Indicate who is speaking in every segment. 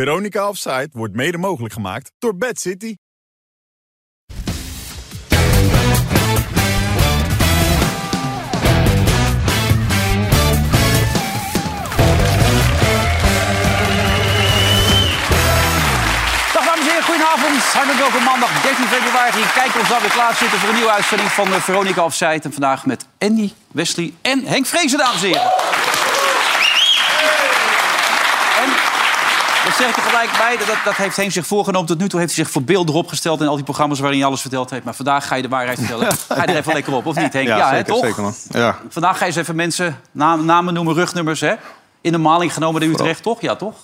Speaker 1: Veronica Offside wordt mede mogelijk gemaakt door Bad City.
Speaker 2: Dag dames en heren, goedenavond. Hartelijk welkom maandag 13 februari. Kijk ons alweer klaar zitten voor een nieuwe uitzending van eh, Veronica Offside. En vandaag met Andy, Wesley en Henk Vrezen, dames en heren. En dat zeg ik er gelijk bij, dat, dat heeft Henk zich voorgenomen. Tot nu toe heeft hij zich voor beeld erop gesteld in al die programma's waarin hij alles verteld heeft. Maar vandaag ga je de waarheid vertellen. Ga je er even lekker op, of niet Henk? hè,
Speaker 3: zeker,
Speaker 2: toch?
Speaker 3: zeker man. Ja.
Speaker 2: Vandaag ga je eens even mensen naam- namen noemen, rugnummers, hè? In de maling genomen in Utrecht, toch? Ja, toch?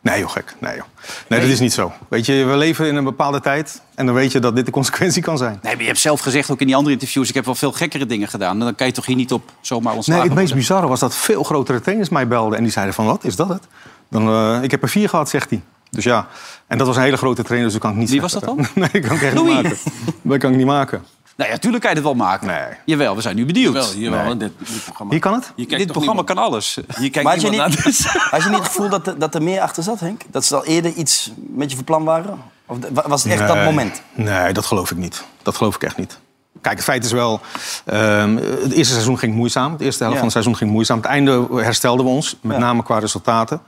Speaker 3: Nee joh, gek. Nee joh. Nee, dat is niet zo. Weet je, we leven in een bepaalde tijd en dan weet je dat dit de consequentie kan zijn.
Speaker 2: Nee, maar je hebt zelf gezegd, ook in die andere interviews... ik heb wel veel gekkere dingen gedaan. Dan kan je toch hier niet op zomaar
Speaker 3: Nee,
Speaker 2: ontslagen
Speaker 3: het meest
Speaker 2: worden?
Speaker 3: bizarre was dat veel grotere trainers mij belden en die zeiden van, wat is dat het? Dan, eh, ik heb er vier gehad, zegt hij. Dus ja, en dat was een hele grote trainer, dus dat kan ik niet
Speaker 2: Wie was
Speaker 3: zeggen.
Speaker 2: dat
Speaker 3: dan? Nee, dat kan ik echt
Speaker 2: Louis.
Speaker 3: niet maken. Dat kan ik niet maken.
Speaker 2: Nou ja, tuurlijk kan je dat wel maken.
Speaker 3: Nee.
Speaker 2: Jawel, we zijn nu benieuwd.
Speaker 4: Wel, hier wel.
Speaker 3: Nee.
Speaker 4: hè, Dit, dit programma.
Speaker 3: Hier kan het?
Speaker 4: Hier kijkt
Speaker 2: Dit
Speaker 4: toch
Speaker 2: programma
Speaker 4: niemand-
Speaker 2: kan alles.
Speaker 4: Hier kijkt
Speaker 5: Maar had je,
Speaker 4: niemand
Speaker 5: niet,
Speaker 4: naar. Dus.
Speaker 5: had je niet het gevoel dat, er- dat er meer achter zat, Henk? Dat ze al eerder iets met je van plan waren? Of de- wa- was het echt dat
Speaker 3: Nee.
Speaker 5: moment?
Speaker 3: Nee, dat geloof ik niet. Dat geloof ik echt niet. Kijk, het feit is wel, ehm, het eerste seizoen ging moeizaam. Het eerste helft van
Speaker 5: Ja.
Speaker 3: het seizoen ging moeizaam. Het einde herstelden we ons, met
Speaker 5: Ja.
Speaker 3: name qua resultaten.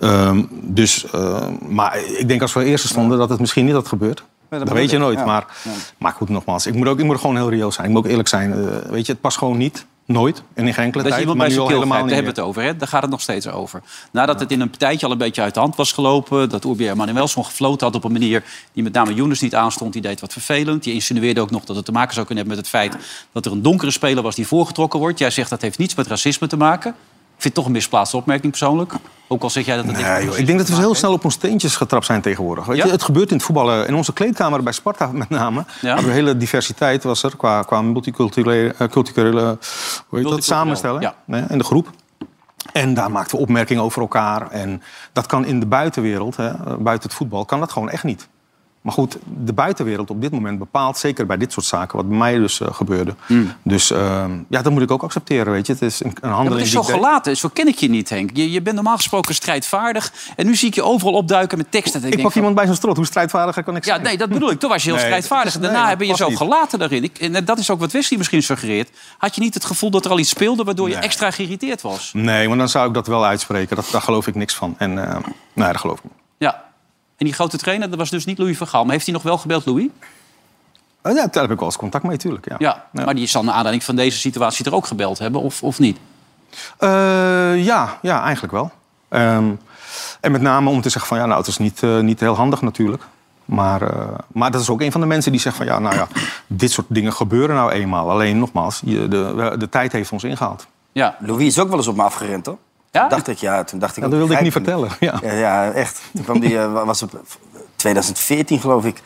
Speaker 3: Ehm, dus, ehm, maar ik denk als we eerste stonden dat het misschien niet had gebeurd. dat
Speaker 5: bedoel
Speaker 3: weet je
Speaker 5: ik,
Speaker 3: nooit.
Speaker 5: ja.
Speaker 3: Maar, maar goed, nogmaals, ik moet, ook, ik moet gewoon heel reëel zijn. Ik moet ook eerlijk zijn. eh, weet je, het past gewoon niet. Nooit. En in geen enkele
Speaker 2: Dat je
Speaker 3: tijd.
Speaker 2: iemand bij
Speaker 3: maar nu
Speaker 2: zijn
Speaker 3: al
Speaker 2: keel
Speaker 3: helemaal
Speaker 2: grijpt, daar
Speaker 3: niet
Speaker 2: hebben we het over. Hè? Daar gaat het nog steeds over. Nadat het in een partijtje al een beetje uit de hand was gelopen... dat Urbier Manuelson gefloten had op een manier... die met name Younes niet aanstond, die deed wat vervelend. Die insinueerde ook nog dat het te maken zou kunnen hebben met het feit... dat er een donkere speler was die voorgetrokken wordt. Jij zegt dat heeft niets met racisme te maken. Ik vind het toch een misplaatste opmerking persoonlijk. Ook al zeg jij dat het niks met
Speaker 3: Nee, joh,
Speaker 2: racisme
Speaker 3: ik denk dat
Speaker 2: te
Speaker 3: we
Speaker 2: maken
Speaker 3: heel
Speaker 2: heeft.
Speaker 3: snel op ons teentjes getrapt zijn tegenwoordig. Weet
Speaker 2: Ja?
Speaker 3: je, het gebeurt in het voetballen, eh, in onze kleedkamer bij Sparta met name.
Speaker 2: Ja.
Speaker 3: Hadden we hele diversiteit was er qua, qua multiculturele eh, culturele, hoe heet
Speaker 2: Multicultureel,
Speaker 3: dat, samenstellen
Speaker 2: ja.
Speaker 3: hè, in de groep. En daar maakten we opmerkingen over elkaar. En dat kan in de buitenwereld, hè, eh, buiten het voetbal, kan dat gewoon echt niet. Maar goed, de buitenwereld op dit moment bepaalt, zeker bij dit soort zaken, wat bij mij dus eh, gebeurde. Dus ehm, ja, dat moet ik ook accepteren, weet je. Het is een, een
Speaker 2: Hmm. Ja, maar het
Speaker 3: handeling
Speaker 2: is
Speaker 3: die
Speaker 2: zo
Speaker 3: ik deed.
Speaker 2: gelaten, zo ken ik je niet, Henk. Je, je bent normaal gesproken strijdvaardig. En nu zie ik je overal opduiken met teksten. Dat
Speaker 3: Ik
Speaker 2: denk
Speaker 3: pak
Speaker 2: van-
Speaker 3: iemand bij zijn strot. Hoe strijdvaardiger kan ik
Speaker 2: Ja,
Speaker 3: zijn?
Speaker 2: nee, dat bedoel ik. Toen was je heel
Speaker 3: Nee,
Speaker 2: strijdvaardig.
Speaker 3: dat
Speaker 2: En
Speaker 3: is- nee,
Speaker 2: daarna
Speaker 3: dat
Speaker 2: hebben je zo
Speaker 3: past niet.
Speaker 2: gelaten daarin. Ik, en dat is ook wat Wesley misschien suggereert. Had je niet het gevoel dat er al iets speelde... waardoor je
Speaker 3: Nee.
Speaker 2: extra geïrriteerd was?
Speaker 3: Nee, want dan zou ik dat wel uitspreken. Dat, daar geloof ik niks van. En eh, nee, daar geloof ik niet.
Speaker 2: Ja. En die grote trainer, dat was dus niet Louis van Gaal. Maar heeft hij nog wel gebeld, Louis?
Speaker 3: Eh, Ja, daar heb ik wel eens contact mee, natuurlijk. Ja.
Speaker 2: Ja. Maar die zal naar aanleiding van deze situatie er ook gebeld hebben, of, of niet?
Speaker 3: Eh, ja, ja, eigenlijk wel. Ehm, en met name om te zeggen van ja, nou, het is niet, eh, niet heel handig natuurlijk. Maar, eh, maar dat is ook een van de mensen die zegt van ja, nou ja, dit soort dingen gebeuren nou eenmaal. Alleen nogmaals, je, de, we- de tijd heeft ons ingehaald.
Speaker 2: Ja.
Speaker 5: Louis is ook wel eens op me afgerend, hoor.
Speaker 2: Ja?
Speaker 5: Toen dacht ik, ja, toen dacht ik...
Speaker 3: Ja, dat wilde ik niet
Speaker 5: begrijp
Speaker 3: vertellen. Ja.
Speaker 5: Ja, ja, echt. Toen kwam die, eh, was op 2014 geloof ik.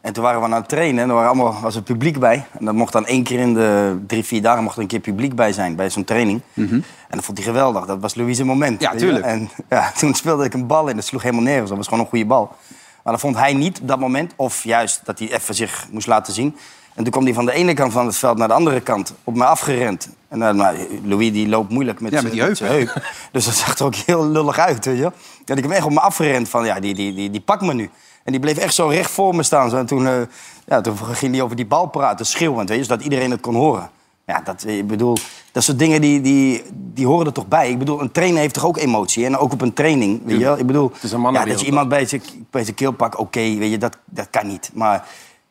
Speaker 5: En toen waren we aan het trainen en er waren allemaal, was er publiek bij. En dat mocht dan één keer in de drie, vier dagen mocht er een keer publiek bij zijn bij zo'n training. En dat vond hij geweldig. Dat was Louise moment.
Speaker 2: Mhm. Ja,
Speaker 5: weet je.
Speaker 2: tuurlijk.
Speaker 5: En ja, toen speelde ik een bal in. Dat sloeg helemaal nergens. Dat was gewoon een goede bal. Maar dat vond hij niet op dat moment. Of juist dat hij even zich moest laten zien. En toen kwam hij van de ene kant van het veld naar de andere kant. Op me afgerend. En dan, nou, Louis die loopt moeilijk met,
Speaker 2: Ja,
Speaker 5: zijn
Speaker 2: met die
Speaker 5: met zijn heup. Dus dat zag er ook heel lullig uit, weet je. wel. Dat ik hem echt op me afgerend van, ja, die, die, die, die pakt me nu. En die bleef echt zo recht voor me staan. Zo. En toen, eh, ja, toen ging hij over die bal praten, schreeuwend, weet je, zodat iedereen het kon horen. Ja, dat, eh, ik bedoel, dat soort dingen die, die, die horen er toch bij. Ik bedoel, een trainer heeft toch ook emotie? hè? En ook op een training, weet je wel. Ik bedoel,
Speaker 4: is een
Speaker 5: ja,
Speaker 4: mannenwereld,
Speaker 5: dat je iemand bij zijn, bij zijn keel pakt, oké, weet je, dat, dat kan niet. Maar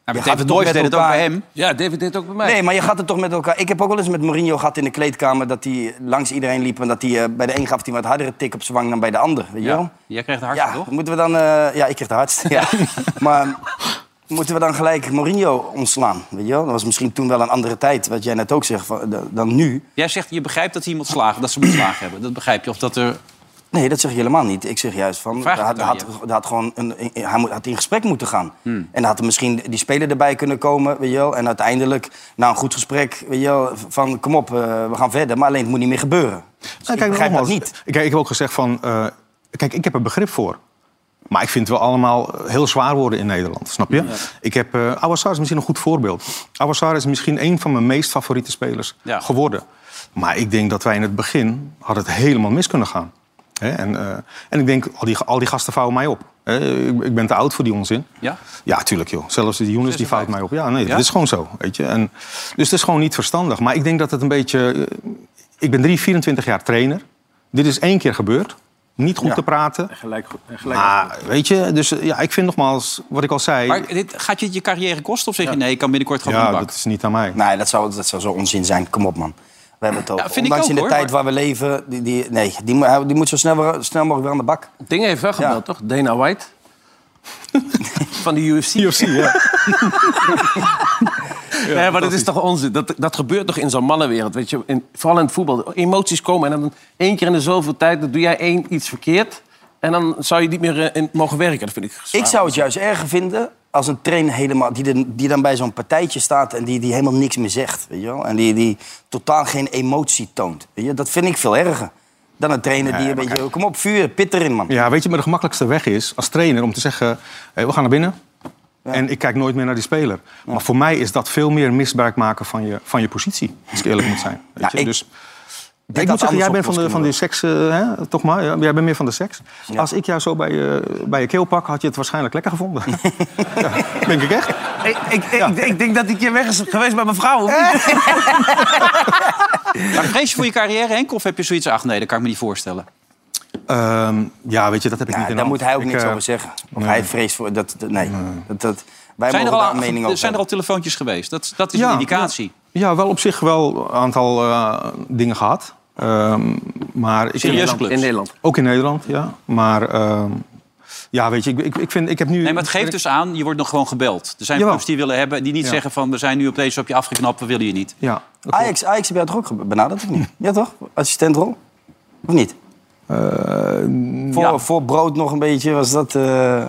Speaker 2: Ja,
Speaker 5: je
Speaker 2: maar
Speaker 5: gaat
Speaker 2: David
Speaker 5: toch
Speaker 2: Doijs
Speaker 5: met
Speaker 2: deed het ook
Speaker 5: elkaar-
Speaker 2: bij hem.
Speaker 4: Ja, David deed het ook bij mij.
Speaker 5: Nee, maar je gaat het toch met elkaar. Ik heb ook wel eens met Mourinho gehad in de kleedkamer dat hij langs iedereen liep en dat hij eh, bij de een gaf hij een wat hardere tik op zijn wang dan bij de ander. Weet je wel?
Speaker 2: Ja. Jij kreeg de hartstikke,
Speaker 5: ja,
Speaker 2: toch?
Speaker 5: moeten we dan. eh, ja, ik kreeg de hardste. Ja. maar moeten we dan gelijk Mourinho ontslaan? Weet je wel? Dat was misschien toen wel een andere tijd, wat jij net ook zegt, van, da- dan nu.
Speaker 2: Jij zegt, je begrijpt dat ze iemand slagen, dat ze hem slagen hebben. Dat begrijp je. Of dat er...
Speaker 5: Nee, dat zeg ik helemaal niet. Ik zeg juist van.
Speaker 2: Vraag
Speaker 5: Daar
Speaker 2: het
Speaker 5: had,
Speaker 2: aan
Speaker 5: had,
Speaker 2: je.
Speaker 5: daar had gewoon een, hij moet- had in gesprek moeten gaan.
Speaker 2: Hmm.
Speaker 5: En dan had er misschien die speler erbij kunnen komen. Weet je wel? En uiteindelijk, na een goed gesprek, weet je wel, van kom op, eh, we gaan verder. Maar alleen het moet niet meer gebeuren. Dus
Speaker 3: Nou,
Speaker 5: ik begrijp dat
Speaker 3: nogmaals,
Speaker 5: niet.
Speaker 3: Ik, ik heb ook gezegd van... eh, kijk, ik heb er begrip voor. Maar ik vind het wel allemaal eh, heel zwaar worden in Nederland, snap je? Ik heb, eh Awassar is misschien een goed voorbeeld. Awassar is misschien een van mijn meest favoriete spelers
Speaker 2: Ja.
Speaker 3: geworden. Maar ik denk dat wij in het begin had het helemaal mis kunnen gaan. Hè? En, eh, en ik denk, al die, al die gasten vouwen mij op. Eh, ik, ik ben te oud voor die onzin.
Speaker 2: Ja?
Speaker 3: Ja, tuurlijk joh. Zelfs die Younes die
Speaker 2: 56.
Speaker 3: fout mij op. Ja, nee,
Speaker 2: Ja?
Speaker 3: dat is gewoon zo. Weet je? En, dus het is gewoon niet verstandig. Maar ik denk dat het een beetje... eh, Ik ben 3, 24 jaar trainer. Dit is één keer gebeurd. Niet goed
Speaker 5: Ja.
Speaker 3: te praten.
Speaker 4: Gelijk, goed- en gelijk
Speaker 3: Maar weet je, dus eh, ja, ik vind nogmaals, wat ik al zei...
Speaker 2: Maar dit, gaat je het je carrière kosten? Of zeg je nee, ik kan binnenkort gewoon aan
Speaker 3: ja,
Speaker 2: de bak?
Speaker 3: dat is niet aan mij.
Speaker 5: Nee, dat zou, dat zou zo onzin zijn. Kom op, man. We hebben het over.
Speaker 2: vind ik
Speaker 5: Ondanks
Speaker 2: ook,
Speaker 5: in de
Speaker 2: hoor,
Speaker 5: tijd
Speaker 2: maar-
Speaker 5: waar we leven... Die, die, nee, die, moet- die moet zo snel, weer- snel mogelijk weer aan de bak.
Speaker 4: Het ding heeft wel gebeld,
Speaker 5: Ja.
Speaker 4: toch? Dana White. Van de UFC. nee, maar dat is toch onzin? Dat, dat gebeurt toch in zo'n mannenwereld? Weet je? In, vooral in het voetbal. Emoties komen en dan één keer in de zoveel tijd... dan doe jij één iets verkeerd... en dan zou je niet meer eh, in, mogen werken. Dat vind ik zwaar.
Speaker 5: Ik zou het juist erger vinden als een trainer helemaal, die, de- die dan bij zo'n partijtje staat en die, die helemaal niks meer zegt. Weet je wel? En die, die totaal geen emotie toont. Weet je? Dat vind ik veel erger dan een trainer die een beetje... Kom op, vuur, pit erin, man.
Speaker 3: Ja, weet je, maar de gemakkelijkste weg is als trainer om te zeggen: hé, we gaan naar binnen. En ik kijk nooit meer naar die speler. Maar voor mij is dat veel meer misbruik maken van je, van je positie. Als ik eerlijk moet zijn. Weet
Speaker 5: Ja,
Speaker 3: je?
Speaker 5: ik-
Speaker 3: dus,
Speaker 5: had
Speaker 3: ik moet zeggen, jij
Speaker 5: anders
Speaker 3: bent van de,
Speaker 5: opgelost
Speaker 3: van de
Speaker 5: kunnen
Speaker 3: seks, eh, hè, toch maar. Ja, Jij bent meer van de seks. Als ik jou zo bij je, bij je keel pak, had je het waarschijnlijk lekker gevonden. ja, denk ik echt.
Speaker 4: Ik, ik, ik, ik denk dat ik hier weg is geweest bij mijn vrouw. of niet?
Speaker 2: Maar vrees je voor je carrière, Henk? Of heb je zoiets? Ach nee, dat kan ik me niet voorstellen.
Speaker 3: Ehm, ja, weet je, dat heb ik
Speaker 5: Ja,
Speaker 3: niet in
Speaker 5: daar
Speaker 3: hand.
Speaker 5: moet hij ook
Speaker 3: Ik,
Speaker 5: niks
Speaker 3: eh,
Speaker 5: over zeggen. Of hij vreest voor... Dat, dat- nee. Dat, dat, wij
Speaker 2: Zijn er,
Speaker 5: mogen
Speaker 2: al,
Speaker 5: daar een mening over
Speaker 2: zijn er al
Speaker 5: hebben.
Speaker 2: telefoontjes geweest? Dat, dat is
Speaker 3: Ja,
Speaker 2: een indicatie.
Speaker 3: Ja, wel op zich wel een aantal eh, dingen gehad. Ehm, maar ik,
Speaker 2: Serieus?
Speaker 4: In Nederland. In Nederland.
Speaker 3: Ook in Nederland, ja. Maar ehm, ja, weet je, ik, ik, ik, vind, ik heb nu...
Speaker 2: Nee, maar het geeft dus aan, je wordt nog gewoon gebeld. Er zijn
Speaker 3: Jawel.
Speaker 2: clubs die willen hebben, die niet
Speaker 3: Ja.
Speaker 2: zeggen van... we zijn nu op deze op je afgeknapt, we willen je niet.
Speaker 3: Ja, dat klopt.
Speaker 5: Ajax, Ajax heb jij toch ook ge- benaderd, of niet? Ja, toch? Assistentrol? Of niet?
Speaker 3: Eh,
Speaker 5: voor,
Speaker 2: ja.
Speaker 5: voor brood nog een beetje was dat... eh,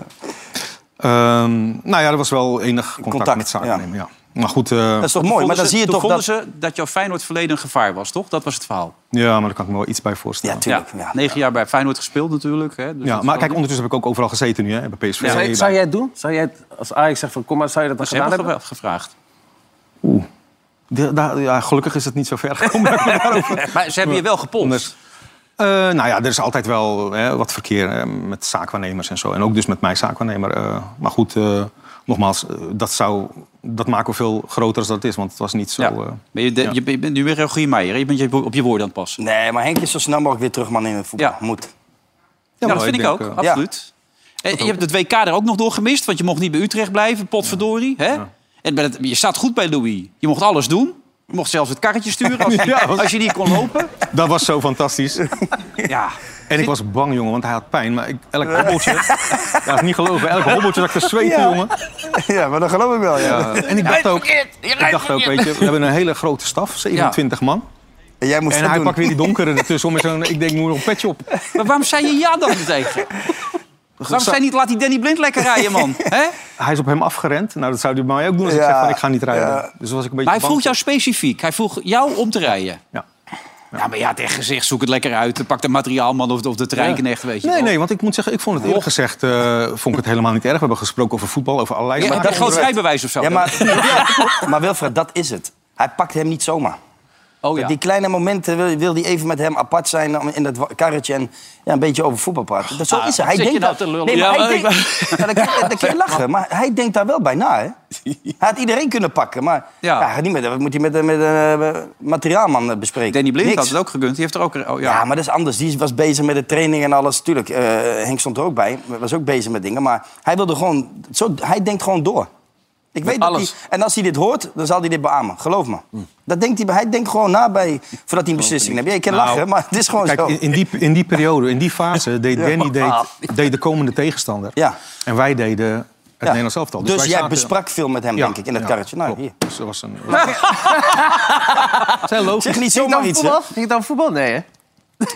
Speaker 3: Ehm, nou ja, er was wel enig contact,
Speaker 5: Contact,
Speaker 3: met zaaknemen, ja. Maar goed, eh,
Speaker 5: dat is toch mooi?
Speaker 2: Vonden
Speaker 5: Maar dan
Speaker 2: ze-
Speaker 5: zie je
Speaker 2: toen
Speaker 5: toch
Speaker 2: vonden
Speaker 5: dat...
Speaker 2: ze dat jouw Feyenoord verleden een gevaar was, toch? Dat was het verhaal.
Speaker 3: ja, maar daar kan ik me wel iets bij
Speaker 5: Ja,
Speaker 3: voorstellen. Ja,
Speaker 5: tuurlijk.
Speaker 2: ja.
Speaker 5: Ja.
Speaker 2: Negen jaar bij Feyenoord gespeeld natuurlijk. Hè? Dus dat-
Speaker 3: maar kijk, ondertussen heb ik ook overal gezeten nu, hè, bij PSV.
Speaker 4: Zou, je- zou jij het doen? Zou jij het, als Ajax zegt van kom maar, zou je dat dan
Speaker 2: Ze
Speaker 4: gedaan
Speaker 2: hebben het
Speaker 4: hebben?
Speaker 2: wel gevraagd.
Speaker 3: Oeh. De- daar- ja, gelukkig is het niet zo ver gekomen.
Speaker 5: Eh,
Speaker 2: Maar ze hebben je wel gepolst.
Speaker 3: Eh, nou ja, er is altijd wel hè, wat verkeer hè, met zaakwaarnemers en zo. En ook dus met mijn zaakwaarnemer. eh. maar goed, eh, nogmaals, eh, dat, zou, dat maken we veel groter als dat het is. Want het was niet zo...
Speaker 2: Ja.
Speaker 3: eh,
Speaker 2: Maar je, de- je, je bent nu weer Rogier Meijer. hè? Je bent je op je woorden aan het passen.
Speaker 5: Nee, maar Henk is zo snel mogelijk weer terug man in het voetbal.
Speaker 2: Ja.
Speaker 5: Moet.
Speaker 2: Ja,
Speaker 3: maar
Speaker 2: Nou, dat vind ik, ook,
Speaker 3: denk, eh,
Speaker 2: absoluut. En je hebt het WK er ook nog door gemist, want je mocht niet bij Utrecht blijven, potverdorie. Hè? En bij het- je staat goed bij Louis. Je mocht alles doen. Je mocht zelfs het karretje sturen als, je-
Speaker 3: Ja, was-
Speaker 2: als je niet kon lopen.
Speaker 3: Dat was zo fantastisch.
Speaker 2: Ja.
Speaker 3: En ik was bang, jongen, want hij had pijn. Maar ik, elk hobbeltje... ja, dat is niet geloven. Elk hobbeltje dat ik te zweten, jongen.
Speaker 5: Ja, maar dat geloof ik wel, ja.
Speaker 3: Ja, en ik dacht ook... Ik dacht ook, weet je, we hebben een hele grote staf. 27 man.
Speaker 5: En jij moest
Speaker 3: En
Speaker 5: dat
Speaker 3: hij
Speaker 5: doen.
Speaker 3: pakt weer die donkere ertussen. Om met zo'n, ik denk, ik moet nog een petje op.
Speaker 2: Maar waarom zei je ja dan niet tegen? Waarom zei je niet, laat die Danny Blind lekker rijden, man. Hè?
Speaker 3: Hij is op hem afgerend. Nou, dat zou hij bij mij ook doen als ik
Speaker 5: Ja.
Speaker 3: zeg van, ik ga niet rijden.
Speaker 5: Ja.
Speaker 3: Dus was ik een beetje
Speaker 2: Maar hij vroeg
Speaker 3: bang
Speaker 2: jou specifiek. Hij vroeg jou om te rijden.
Speaker 3: Ja.
Speaker 2: Ja, maar ja, tegen gezicht, zoek het lekker uit. Pak de materiaalman of de, of de treinknecht, weet je
Speaker 3: Nee,
Speaker 2: wel.
Speaker 3: nee, want ik moet zeggen, ik vond het eerlijk gezegd eh, vond ik het helemaal niet erg. We hebben gesproken over voetbal, over allerlei
Speaker 2: Ja,
Speaker 3: zaken.
Speaker 2: maar een groot rijbewijs of zo.
Speaker 5: Ja, maar, Ja, maar Wilfred, dat is het. Hij pakt hem niet zomaar.
Speaker 2: oh, ja.
Speaker 5: Die kleine momenten wil, wil hij even met hem apart zijn om in dat wa- karretje en ja, een beetje over voetbal praten. Dat, zo is het. Hij
Speaker 2: zit je
Speaker 5: denkt
Speaker 2: nou
Speaker 5: dat.
Speaker 2: te lullen?
Speaker 5: Nee, maar
Speaker 2: Ja,
Speaker 5: hij
Speaker 2: maar ik
Speaker 5: denkt, ja, dan, kun je, dan kun je lachen, maar hij denkt daar wel bij na. Hè? Hij had iedereen kunnen pakken, maar
Speaker 2: Ja.
Speaker 5: ja. niet met, dat moet hij met, eh, met een materiaalman eh, bespreken.
Speaker 2: Danny Blind
Speaker 5: Niks.
Speaker 2: had het ook gegund. Die heeft er ook... Oh,
Speaker 5: Ja.
Speaker 2: ja.
Speaker 5: maar dat is anders. Die was bezig met de training en alles. Tuurlijk, eh, Henk stond er ook bij. Was ook bezig met dingen. Maar hij wilde gewoon... Zo, hij denkt gewoon door. Ik weet
Speaker 4: alles.
Speaker 5: Dat hij, en als hij dit hoort, dan zal hij dit beamen. Geloof me.
Speaker 3: Hmm.
Speaker 5: Dat denkt hij, hij denkt gewoon na bij, voordat hij een beslissing neemt. Ja, je kan
Speaker 3: Nou,
Speaker 5: lachen, maar het is gewoon
Speaker 3: Kijk,
Speaker 5: Oh, zo.
Speaker 3: in, in die, in die periode, in die fase, deed Danny deed, deed de komende tegenstander.
Speaker 5: Ja.
Speaker 3: En wij deden het Nederlands elftal.
Speaker 5: Dus,
Speaker 3: wij
Speaker 5: jij
Speaker 3: zaten-
Speaker 5: besprak veel met hem,
Speaker 3: Ja,
Speaker 5: denk ik, in dat
Speaker 3: ja,
Speaker 5: karretje. Nou,
Speaker 3: klopt.
Speaker 5: hier.
Speaker 3: Dus dat was een... Zijn logisch.
Speaker 5: Zeg niet
Speaker 4: Ging het
Speaker 5: zomaar
Speaker 4: dan
Speaker 5: iets, hè?
Speaker 4: voetbal? Ging het dan voetbal? Nee, hè?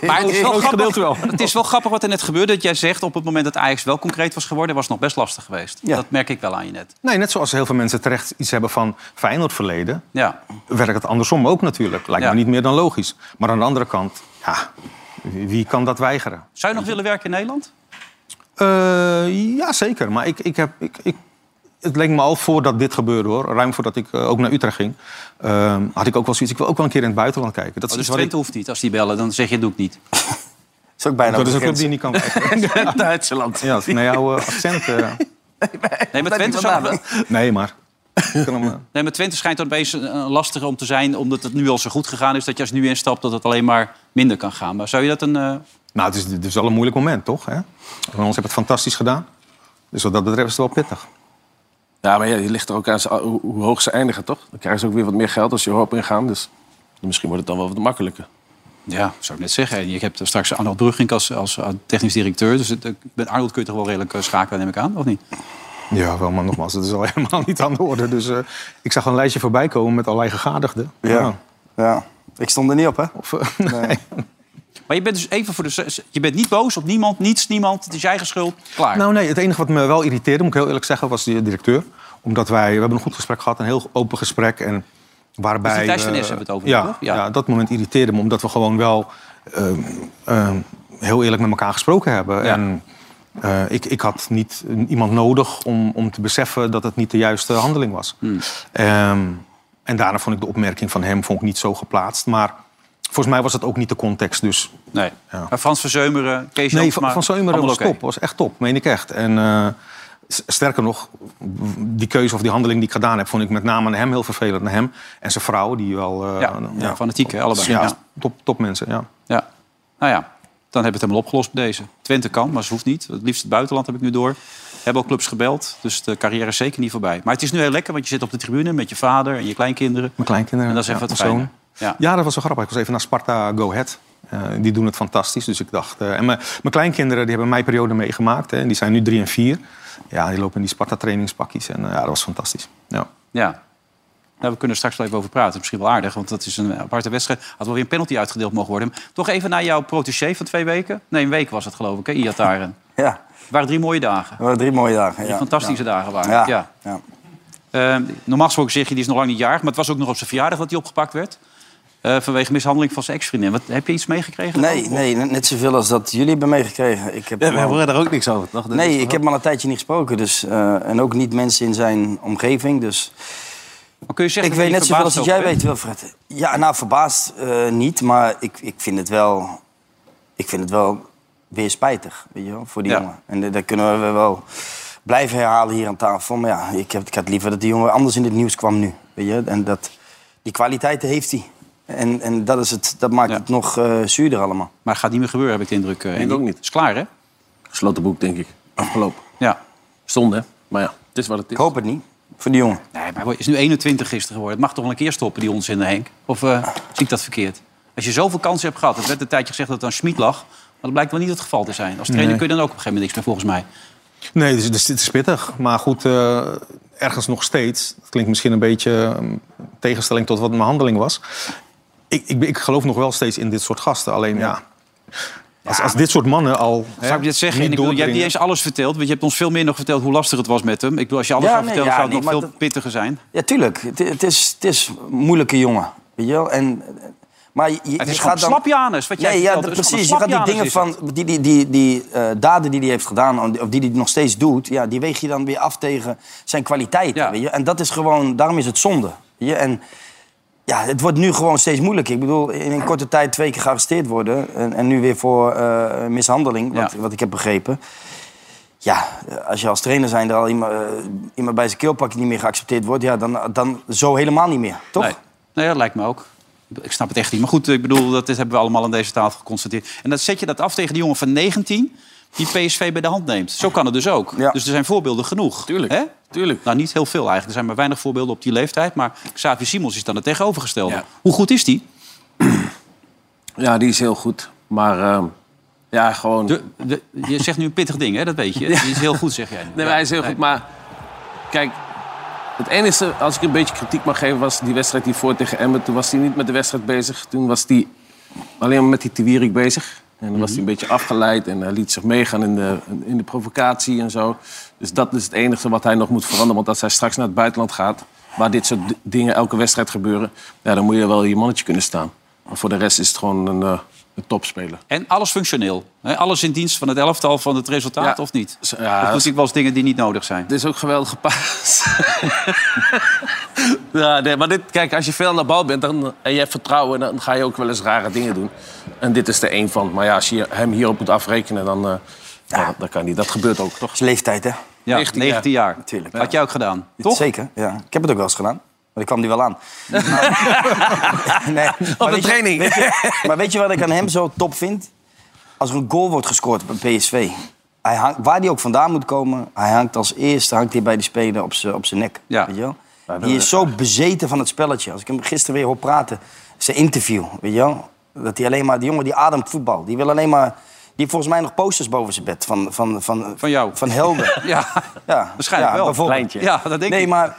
Speaker 2: Maar het is, wel
Speaker 3: Groot
Speaker 2: grappig,
Speaker 3: gedeelte wel.
Speaker 2: het is wel grappig wat er net gebeurde. Dat jij zegt, op het moment dat Ajax wel concreet was geworden... was het nog best lastig geweest.
Speaker 5: Ja.
Speaker 2: Dat merk ik wel aan je net.
Speaker 3: Nee, net zoals heel veel mensen terecht iets hebben van Feyenoord verleden...
Speaker 2: Ja.
Speaker 3: werkt het andersom ook natuurlijk. Lijkt
Speaker 2: Ja.
Speaker 3: me niet meer dan logisch. Maar aan de andere kant, ja, wie wie kan dat weigeren?
Speaker 2: Zou je nog willen werken in
Speaker 3: Oh,
Speaker 2: Nederland?
Speaker 3: Eh, ja, zeker. Maar ik, ik heb, ik, ik, het leek me al voordat dit gebeurde, hoor. Ruim voordat ik eh, ook naar Utrecht ging. ehm, had ik ook wel zoiets. Ik wil ook wel een keer in het buitenland kijken. Dat is
Speaker 2: Oh, dus
Speaker 3: iets wat
Speaker 2: Twente
Speaker 3: ik,
Speaker 2: hoeft niet. Als die bellen, dan zeg je, doe ik niet.
Speaker 5: is ook bijna
Speaker 3: Dat is
Speaker 5: op
Speaker 3: een
Speaker 5: de
Speaker 3: club die je
Speaker 5: grens.
Speaker 3: niet kan vergeten.
Speaker 4: Duitsland.
Speaker 3: Ja, naar jouw eh, accent. eh,
Speaker 2: Nee, maar
Speaker 4: Daar
Speaker 2: Twente, is
Speaker 4: die
Speaker 2: ook-
Speaker 4: vandaan,
Speaker 3: nee, maar. Ik kan hem, eh,
Speaker 2: nee, maar Twente schijnt dan opeens eh, lastig om te zijn... omdat het nu al zo goed gegaan is dat je als je nu instapt... dat het alleen maar minder kan gaan. Maar zou je dat een... eh,
Speaker 3: Nou, het is, het is wel een moeilijk moment, toch? Hè? Ons hebben het fantastisch gedaan. Dus wat dat betreft is het wel pittig.
Speaker 4: Ja, maar ja, je ligt er ook aan ze- hoe hoe hoog ze eindigen, toch? Dan krijgen ze ook weer wat meer geld als ze Europa ingaan. Dus misschien wordt het dan wel wat makkelijker.
Speaker 2: Ja, zou ik net zeggen. En je hebt straks Arnold Brugink als, als eh, technisch directeur. Dus het, eh, met Arnold kun je toch wel redelijk eh, schakelen, neem ik aan, of niet?
Speaker 3: Ja, wel, maar nogmaals, het is al helemaal niet aan de orde. Dus eh, ik zag een lijstje voorbij komen met allerlei gegadigden. Nou,
Speaker 5: Ja. ja. Ik stond er niet op, hè?
Speaker 3: of, eh, nee.
Speaker 2: Maar je bent dus even voor de... z- Je bent niet boos op niemand, niets, niemand. Het is je eigen schuld. Klaar.
Speaker 3: Nou nee, het enige wat me wel irriteerde, moet ik heel eerlijk zeggen, was de directeur. Omdat wij, we hebben een goed gesprek gehad, een heel open gesprek. En waarbij...
Speaker 2: Dus die Thijs van
Speaker 3: we-
Speaker 2: Nes hebben we het over,
Speaker 3: ja,
Speaker 2: toch? Ja.
Speaker 3: Ja. dat moment irriteerde me, omdat we gewoon wel ehm, ehm, heel eerlijk met elkaar gesproken hebben. En eh, ik, ik had niet iemand nodig om, om te beseffen dat het niet de juiste handeling was.
Speaker 2: Hmm.
Speaker 3: Ehm, en daarna vond ik de opmerking van hem vond ik niet zo geplaatst. Maar volgens mij was dat ook niet de context, dus
Speaker 2: nee.
Speaker 3: Ja.
Speaker 2: Maar Frans van Zeumeren, Kees
Speaker 3: Nee,
Speaker 2: Jansma,
Speaker 3: van, van Zeumeren
Speaker 2: allemaal
Speaker 3: was
Speaker 2: oké.
Speaker 3: top. Was echt top, meen ik echt. En eh, s- sterker nog, die keuze of die handeling die ik gedaan heb... vond ik met name aan hem heel vervelend. Aan hem en zijn vrouw, die wel... eh,
Speaker 2: Ja, ja, fanatiek, hè, allebei.
Speaker 3: Ja,
Speaker 2: Ja.
Speaker 3: Top, top mensen, ja.
Speaker 2: Ja. Nou ja, dan hebben we het helemaal opgelost bij deze. Twente kan, maar ze hoeft niet. Het liefst het buitenland heb ik nu door. Hebben al clubs gebeld, dus de carrière is zeker niet voorbij. Maar het is nu heel lekker, want je zit op de tribune met je vader en je kleinkinderen.
Speaker 3: Mijn kleinkinderen.
Speaker 2: En dat is
Speaker 3: ja,
Speaker 2: even het
Speaker 3: mijn
Speaker 2: fijne.
Speaker 3: zoon.
Speaker 2: Ja.
Speaker 3: Ja, dat was wel grappig. Ik was even naar Sparta Go Ahead. Eh, die doen het fantastisch, dus ik dacht... eh, en mijn, mijn kleinkinderen die hebben mijn periode meegemaakt. Hè, en die zijn nu drie en vier. Ja, die lopen in die Sparta trainingspakjes. En eh, ja, dat was fantastisch. Ja.
Speaker 2: ja. Nou, we kunnen er straks wel even over praten. Misschien wel aardig, want dat is een aparte wedstrijd. Had wel weer een penalty uitgedeeld mogen worden. Toch even naar jouw protégé van twee weken. Nee, een week was het geloof ik, hè, Iataren.
Speaker 5: Ja.
Speaker 2: Het waren drie mooie dagen.
Speaker 5: Dat waren drie mooie dagen.
Speaker 2: Drie
Speaker 5: Ja.
Speaker 2: fantastische dagen waren
Speaker 5: Ja.
Speaker 2: het, ja.
Speaker 5: ja.
Speaker 2: Eh, normaal gesproken zeg je, die is nog lang niet jarig. Maar het was ook nog op zijn verjaardag dat hij opgepakt werd. eh, vanwege mishandeling van zijn ex-vriendin. Wat, heb je iets meegekregen?
Speaker 5: Nee, nee, net net zoveel als dat jullie hebben meegekregen. Ik heb hem al-
Speaker 4: daar ook niks over. Toch?
Speaker 5: Nee, ik heb hem al een tijdje niet gesproken. Dus, eh, en ook niet mensen in zijn omgeving. Dus
Speaker 2: Maar kun je zeggen
Speaker 5: ik
Speaker 2: dat
Speaker 5: weet
Speaker 2: je
Speaker 5: net zoveel als
Speaker 2: verbaasd
Speaker 5: dat jij
Speaker 2: over
Speaker 5: weet, Wilfred. Ja, nou, verbaasd eh, niet. Maar ik, ik vind het wel... Ik vind het wel weer spijtig, weet je wel, voor die
Speaker 2: Ja.
Speaker 5: jongen. En eh, dat- dat kunnen we wel blijven herhalen hier aan tafel. Maar ja, ik, heb, ik had liever dat die jongen anders in het nieuws kwam nu. Weet je? En dat, die kwaliteiten heeft hij. En, en dat, is het, dat maakt
Speaker 2: Ja.
Speaker 5: het nog eh, zuurder allemaal.
Speaker 2: Maar gaat niet meer gebeuren, heb ik de indruk. eh, Andy.
Speaker 4: ook niet.
Speaker 2: Is klaar, hè?
Speaker 4: Gesloten boek, denk ik. Afgelopen.
Speaker 2: Ja.
Speaker 4: Zonde, hè? Maar ja, het is wat het is.
Speaker 5: Ik hoop het niet, voor die jongen.
Speaker 2: Nee, maar hij is nu 21 gisteren geworden. Het mag toch wel een keer stoppen, die onzin, Henk? Of eh, zie ik dat verkeerd? Als je zoveel kansen hebt gehad. Het werd een tijdje gezegd dat het aan Schmid lag. Maar dat blijkt wel niet het geval te zijn. Als trainer
Speaker 3: Nee.
Speaker 2: kun je dan ook op een gegeven moment niks meer, volgens mij.
Speaker 3: Nee, dus, dus het is pittig. Maar goed, eh, ergens nog steeds. Dat klinkt misschien een beetje ehm, tegenstelling tot wat mijn handeling was. Ik, ik, ik geloof nog wel steeds in dit soort gasten. Alleen ja, als, als dit soort mannen al... hè,
Speaker 2: Zou ik dit zeggen? En
Speaker 3: niet
Speaker 2: ik bedoel, je hebt niet
Speaker 3: doordringen-
Speaker 2: eens alles verteld. Want je hebt ons veel meer nog verteld hoe lastig het was met hem. Ik bedoel, als je alles
Speaker 5: Ja,
Speaker 2: had
Speaker 5: nee,
Speaker 2: verteld,
Speaker 5: ja,
Speaker 2: zou het
Speaker 5: nee,
Speaker 2: nog
Speaker 5: maar
Speaker 2: veel
Speaker 5: dat-
Speaker 2: pittiger zijn.
Speaker 5: Ja, tuurlijk. Het, het is, het is een moeilijke jongen. Weet je wel? En, maar je,
Speaker 2: Het is
Speaker 5: je
Speaker 2: gewoon
Speaker 5: gaat
Speaker 2: een
Speaker 5: dan...
Speaker 2: slapjanus, wat jij
Speaker 5: Nee, ja,
Speaker 2: vertelt. dus
Speaker 5: dat-
Speaker 2: Het is gewoon
Speaker 5: precies. Je
Speaker 2: een
Speaker 5: gaat die dingen
Speaker 2: slapjanus,
Speaker 5: van, die, die, die, die eh, daden die hij heeft gedaan, of die hij nog steeds doet, ja, die weeg je dan weer af tegen zijn kwaliteiten.
Speaker 2: Ja.
Speaker 5: Weet je? En dat is gewoon, daarom is het zonde. Weet je? En ja, het wordt nu gewoon steeds moeilijker. Ik bedoel, in een korte tijd twee keer gearresteerd worden en, en nu weer voor eh, mishandeling, wat,
Speaker 2: Ja.
Speaker 5: wat ik heb begrepen. Ja, als je als trainer zijn er al iemand, eh, iemand bij zijn keelpak die niet meer geaccepteerd wordt, ja, dan, dan zo helemaal niet meer, toch?
Speaker 2: Nee. nee, dat lijkt me ook. Ik snap het echt niet. Maar goed, ik bedoel, dat dit hebben we allemaal aan deze tafel geconstateerd. En dan zet je dat af tegen die jongen van 19 die PSV bij de hand neemt. Zo kan het dus ook.
Speaker 5: Ja.
Speaker 2: Dus er zijn voorbeelden genoeg.
Speaker 4: Tuurlijk,
Speaker 2: Hè?
Speaker 4: tuurlijk.
Speaker 2: Nou, niet heel veel eigenlijk. Er zijn maar weinig voorbeelden op die leeftijd. Maar Xavier Simons is dan het tegenovergestelde.
Speaker 4: Ja.
Speaker 2: Hoe goed is die?
Speaker 4: Ja, die is heel goed. Maar ehm, ja, gewoon...
Speaker 2: De- de- je zegt nu een pittig ding, hè? dat weet je. Die is heel goed, zeg jij. nu.
Speaker 4: Nee, maar hij is heel goed. Maar kijk, het enige, als ik een beetje kritiek mag geven, was die wedstrijd die voor tegen Emmen. Toen was hij niet met de wedstrijd bezig. Toen was hij alleen maar met die Tewierik bezig. En dan was hij een beetje afgeleid en hij liet zich meegaan in de, in de provocatie en zo. Dus dat is het enige wat hij nog moet veranderen. Want als hij straks naar het buitenland gaat, waar dit soort d- dingen elke wedstrijd gebeuren, ja, dan moet je wel je mannetje kunnen staan. Maar voor de rest is het gewoon een, eh, een topspeler.
Speaker 2: En alles functioneel. Hè? Alles in dienst van het elftal, van het resultaat,
Speaker 4: Ja.
Speaker 2: of niet?
Speaker 4: Dus, ja,
Speaker 2: of doet hij wel eens dingen die niet nodig zijn?
Speaker 4: Het is ook geweldig gepaard. Ja, nee, maar dit, kijk, als je veel aan de bal bent dan, en je hebt vertrouwen... dan ga je ook wel eens rare dingen doen. En dit is er één van. Maar ja, als je hem hierop moet afrekenen, dan eh, ja. dat kan niet. Dat gebeurt ook, toch?
Speaker 5: is leeftijd, hè?
Speaker 2: Ja, 19,
Speaker 4: 19 jaar.
Speaker 2: jaar.
Speaker 5: Natuurlijk.
Speaker 2: Had jij ook gedaan, toch?
Speaker 5: Zeker, ja. Ik heb het ook wel eens gedaan. Maar ik kwam die wel aan. Maar- nee, maar
Speaker 4: de
Speaker 5: weet je-
Speaker 4: training.
Speaker 5: weet je- maar weet je wat ik aan hem zo top vind? Als er een goal wordt gescoord bij PSV... Hij hangt, waar die ook vandaan moet komen... hij hangt als eerste hangt hij bij die speler op zijn op zijn nek.
Speaker 2: Ja.
Speaker 5: Weet je wel? Die is zo bezeten van het spelletje. Als ik hem gisteren weer hoor praten... zijn interview, weet je wel? Dat hij alleen maar... Die jongen die ademt voetbal. Die wil alleen maar... Die heeft volgens mij nog posters boven zijn bed van... Van, van,
Speaker 2: Van jou.
Speaker 5: Van Helden.
Speaker 2: Ja,
Speaker 5: Ja,
Speaker 2: waarschijnlijk
Speaker 5: ja,
Speaker 2: wel.
Speaker 5: bijvoorbeeld.
Speaker 4: Kleintje.
Speaker 2: Ja, dat denk
Speaker 5: nee,
Speaker 2: ik.
Speaker 5: maar...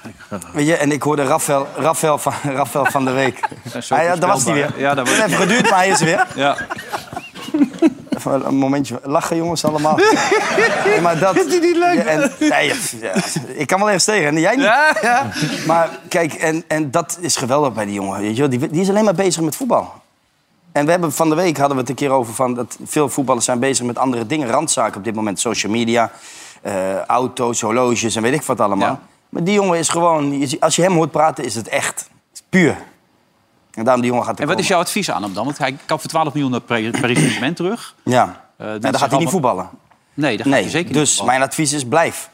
Speaker 5: Weet je, en ik hoorde Rafael, Rafael, van, Rafael van de Week. Hij, ja, daar was hij weer.
Speaker 2: Ja, daar was-
Speaker 5: Het heeft geduurd, maar hij is er weer.
Speaker 2: Ja.
Speaker 5: Even een momentje. Lachen jongens allemaal. Nee, maar dat, is die niet leuk? en, nee, ja, ik kan wel ergens tegen en jij niet. Maar kijk, en, en dat is geweldig bij die jongen. Weet je, wel. die, die is alleen maar bezig met voetbal. En we hebben van de week hadden we het een keer over van dat veel voetballers zijn bezig met andere dingen, randzaken op dit moment, social media, eh, auto's, horloges en weet ik wat allemaal.
Speaker 2: Ja.
Speaker 5: Maar die jongen is gewoon, je ziet- als je hem hoort praten, is het echt, Het is puur. En daarom die jongen gaat er
Speaker 2: En wat is
Speaker 5: komen.
Speaker 2: jouw advies aan hem dan? Want hij kan voor 12 miljoen naar Paris Saint-Germain terug.
Speaker 5: Ja.
Speaker 2: mensen
Speaker 5: en dan gaat hij
Speaker 2: allemaal-
Speaker 5: niet voetballen.
Speaker 2: Nee, dat gaat
Speaker 5: Nee,
Speaker 2: hij zeker
Speaker 5: dus
Speaker 2: niet.
Speaker 5: mijn advies is blijf.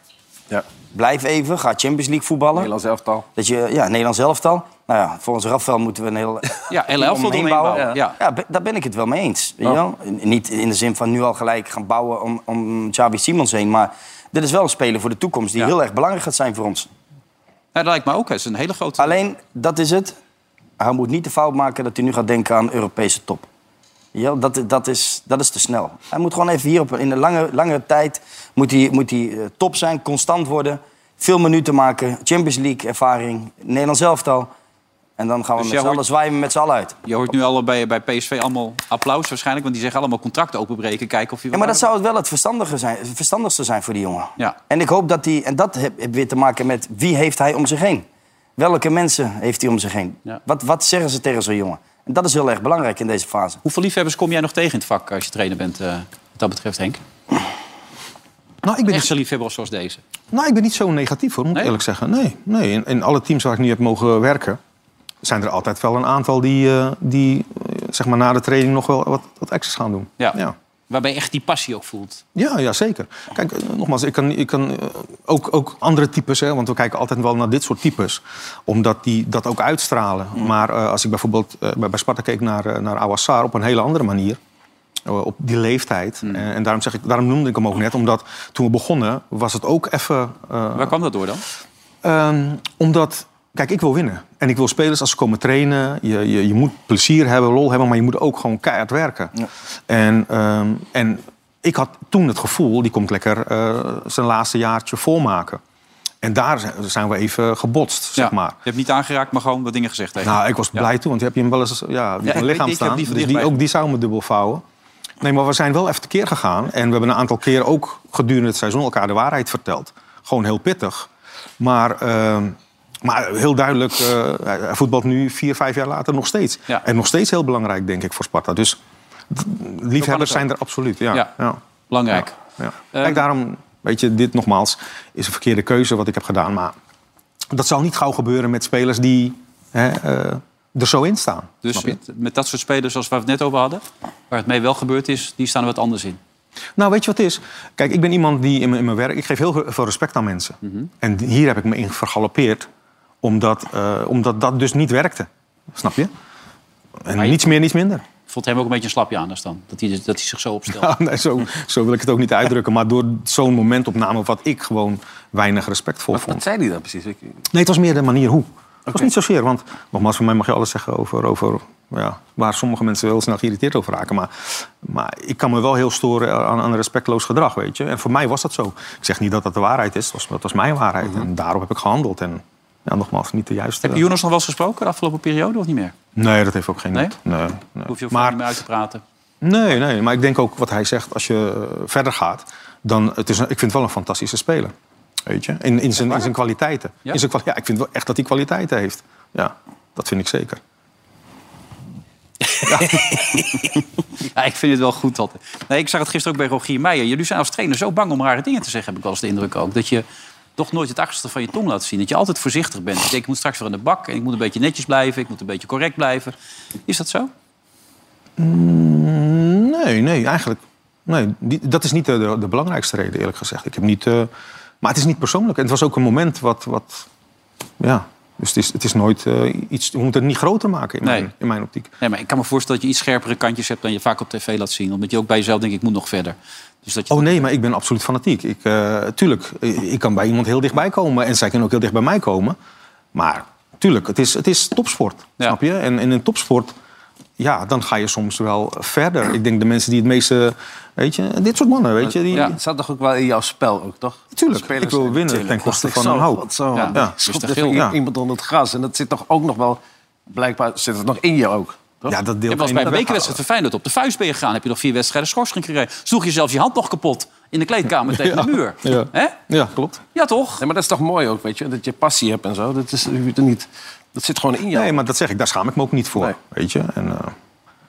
Speaker 4: Ja.
Speaker 5: Blijf even, ga Champions League voetballen.
Speaker 4: Nederlands elftal.
Speaker 5: Dat je, ja, Nederlands elftal. Nou ja, volgens Rafael moeten we een heel...
Speaker 2: Ja, heel elftal
Speaker 5: omheen
Speaker 2: eromheen bouwen, ja. Oh.
Speaker 5: be- daar ben ik het wel mee eens. Weet je wel? N- Niet in de zin van nu al gelijk gaan bouwen om, om Xavi Simons heen. Maar dit is wel een speler voor de toekomst die
Speaker 2: Ja.
Speaker 5: heel erg belangrijk gaat zijn voor ons.
Speaker 2: Ja, Nou, dat lijkt me ook. Het is een hele grote...
Speaker 5: Alleen, dat is het. Hij moet niet de fout maken dat hij nu gaat denken aan Europese top. Ja, dat, dat, is, dat is te snel. Hij moet gewoon even hier op, in een lange, lange tijd moet hij, moet hij eh, top zijn, constant worden. Veel minuten maken, Champions League ervaring, Nederlands elftal. En dan gaan we
Speaker 2: Dus jij
Speaker 5: met z'n allen
Speaker 2: hoort-
Speaker 5: zwaaien met z'n allen uit.
Speaker 2: Je hoort nu al bij, bij PSV allemaal applaus waarschijnlijk. Want die zeggen allemaal contracten openbreken. Kijken of je...
Speaker 5: Ja, maar dat zou het wel het verstandige zijn, het verstandigste zijn voor die jongen.
Speaker 2: Ja.
Speaker 5: En ik hoop dat hij... En dat heb- heeft weer te maken met wie heeft hij om zich heen? Welke mensen heeft hij om zich heen?
Speaker 2: Ja.
Speaker 5: Wat, wat zeggen ze tegen zo'n jongen? En dat is heel erg belangrijk in deze fase.
Speaker 2: Hoeveel liefhebbers kom jij nog tegen in het vak als je trainer bent eh, wat dat betreft, Henk?
Speaker 3: Nou, ik ben,
Speaker 2: Echt zo'n liefhebber zoals deze.
Speaker 3: nou, ik ben niet zo negatief hoor, moet ik
Speaker 2: Nee?
Speaker 3: eerlijk zeggen. Nee, nee. In, in alle teams waar ik nu heb mogen werken... zijn er altijd wel een aantal die, eh, die eh, zeg maar na de training nog wel wat, wat extra's gaan doen.
Speaker 2: Ja.
Speaker 3: ja.
Speaker 2: Waarbij je echt die passie ook voelt.
Speaker 3: Ja, ja, zeker. Kijk, eh, nogmaals, ik kan, ik kan eh, ook, ook andere types, hè, want we kijken altijd wel naar dit soort types, omdat die dat ook uitstralen. Maar eh, als ik bijvoorbeeld eh, bij, bij Sparta keek naar, eh, naar Awassar op een hele andere manier, eh, op die leeftijd. Eh, en daarom, zeg ik, daarom noemde ik hem ook net, omdat toen we begonnen was het ook even. eh,
Speaker 2: Waar kwam dat door dan?
Speaker 3: Ehm, omdat, kijk, ik wil winnen. En ik wil spelers als ze komen trainen. Je, je, je moet plezier hebben, lol hebben, maar je moet ook gewoon keihard werken. En, ehm, en ik had toen het gevoel, die komt lekker eh, zijn laatste jaartje volmaken. En daar zijn- zijn we even gebotst, zeg
Speaker 2: Ja.
Speaker 3: maar.
Speaker 2: Je hebt niet aangeraakt, maar gewoon wat dingen gezegd tegen
Speaker 3: Nou, ik was blij toen, want heb je hem wel eens ja,
Speaker 2: ik weet
Speaker 3: op mijn
Speaker 2: niet,
Speaker 3: lichaam
Speaker 2: ik heb
Speaker 3: staan.
Speaker 2: die van
Speaker 3: dus die,
Speaker 2: dichtbij.
Speaker 3: ook die zou me dubbel vouwen. Nee, maar we zijn wel even tekeer gegaan. En we hebben een aantal keer ook gedurende het seizoen elkaar de waarheid verteld. Gewoon heel pittig. Maar, ehm, maar heel duidelijk, eh, hij hij voetbalt nu vier, vijf jaar later nog steeds.
Speaker 2: Ja.
Speaker 3: En nog steeds heel belangrijk, denk ik, voor Sparta. Dus d- liefhebbers zijn er absoluut, ja.
Speaker 2: Ja.
Speaker 3: ja.
Speaker 2: Belangrijk.
Speaker 3: Ja. Kijk, daarom, weet je, dit nogmaals is een verkeerde keuze wat ik heb gedaan. Maar dat zal niet gauw gebeuren met spelers die hè, eh, er zo in staan.
Speaker 2: Dus
Speaker 3: snap je?
Speaker 2: met, met dat soort spelers zoals waar we het net over hadden... waar het mee wel gebeurd is, die staan er wat anders in.
Speaker 3: Nou, weet je wat het is? Kijk, ik ben iemand die in mijn, in mijn werk... Ik geef heel veel respect aan mensen. En hier heb ik me in vergalopeerd, omdat, eh, omdat dat dus niet werkte. Snap je? En
Speaker 2: je-
Speaker 3: niets meer, niets minder.
Speaker 2: Voelt hem ook een beetje een slapje aan dus dan. Dat hij, dat hij zich zo opstelt.
Speaker 3: Ja, nee, zo, zo wil ik het ook niet uitdrukken. Maar door zo'n momentopname wat ik gewoon weinig respectvol vond.
Speaker 4: Wat zei hij dan precies? Ik-
Speaker 3: Nee, het was meer de manier hoe. Het was niet zozeer, want nogmaals, voor mij mag je alles zeggen over, over ja, waar sommige mensen heel snel geïrriteerd over raken. Maar, maar ik kan me wel heel storen aan, aan respectloos gedrag, weet je. En voor mij was dat zo. Ik zeg niet dat dat de waarheid is, dat was, dat was mijn waarheid. En daarop heb ik gehandeld. En ja, nogmaals, niet de juiste.
Speaker 2: Mhm. Heb je Jonas nog wel eens gesproken de afgelopen periode of niet meer?
Speaker 3: Nee, dat heeft ook geen
Speaker 2: Nee?
Speaker 3: nut. Nee, nee.
Speaker 2: Hoef je ook
Speaker 3: Maar-
Speaker 2: niet meer uit te praten.
Speaker 3: Nee, nee, maar ik denk ook wat hij zegt, als je eh, verder gaat, dan het is een, ik vind het wel een fantastische speler. Weet je? In, in, zijn, in zijn kwaliteiten.
Speaker 2: Ja?
Speaker 3: In zijn, kwali- ja, ik vind wel echt dat hij kwaliteiten heeft. Ja, dat vind ik zeker.
Speaker 2: Ja, ik vind het wel goed dat. Nee, ik zag het gisteren ook bij Rogier Meijer. Jullie zijn als trainer zo bang om rare dingen te zeggen, heb ik wel eens de indruk ook. Dat je toch nooit het achterste van je tong laat zien. Dat je altijd voorzichtig bent. Je denkt, ik moet straks weer in de bak en ik moet een beetje netjes blijven. Ik moet een beetje correct blijven. Is dat zo?
Speaker 3: Nee, nee, eigenlijk. Nee, die- dat is niet de, de, de belangrijkste reden, eerlijk gezegd. Ik heb niet, eh, maar het is niet persoonlijk. En het was ook een moment wat. wat ja, dus het is, het is nooit eh, iets. We moeten het niet groter maken in,
Speaker 2: Nee.
Speaker 3: mijn, in mijn optiek.
Speaker 2: Nee, maar ik kan me voorstellen dat je iets scherpere kantjes hebt dan je vaak op tv laat zien. Omdat je ook bij jezelf denkt, ik moet nog verder. Dus dat je
Speaker 3: Oh nee, maar ik ben absoluut fanatiek. Ik, eh, tuurlijk, eh, ik kan bij iemand heel dichtbij komen. En zij kunnen ook heel dicht bij mij komen. Maar tuurlijk, het is, het is topsport.
Speaker 2: Ja.
Speaker 3: Snap je? En, en in topsport, ja, dan ga je soms wel verder. Ik denk de mensen die het meeste... Weet je, dit soort mannen, weet je. Die,
Speaker 2: Ja.
Speaker 4: Het zat toch ook wel in jouw spel ook, toch?
Speaker 3: Tuurlijk,
Speaker 4: Spelers-
Speaker 3: ik wil winnen
Speaker 4: Tuurlijk,
Speaker 3: ten koste
Speaker 4: dacht ik
Speaker 3: van
Speaker 4: zo,
Speaker 3: een hoop.
Speaker 4: wat Zo,
Speaker 2: Ja,
Speaker 4: ja,
Speaker 2: ja.
Speaker 4: Schop
Speaker 2: Is de
Speaker 4: er
Speaker 2: geel.
Speaker 3: Ja.
Speaker 4: iemand onder het gras. En dat zit toch ook nog wel... Blijkbaar zit het nog in je ook. Toch?
Speaker 3: Ja, dat
Speaker 2: Je was bij
Speaker 3: deel kan je
Speaker 2: een
Speaker 3: niet weghalen.
Speaker 2: bekerwedstrijd van Feyenoord op de vuist ben je gegaan. Heb je nog vier wedstrijden schorsing gekregen. Sloeg je zelfs je hand nog kapot in de kleedkamer tegen de muur.
Speaker 3: Ja.
Speaker 2: Hè?
Speaker 3: Ja, klopt.
Speaker 2: Ja, toch?
Speaker 4: Nee, maar dat is toch mooi ook, weet je? Dat je passie hebt en zo. Dat, is, je hoeft er niet, dat zit gewoon in jou.
Speaker 3: Nee, maar dat zeg ik, daar schaam ik me ook niet voor.
Speaker 4: Nee.
Speaker 3: Weet je, en eh,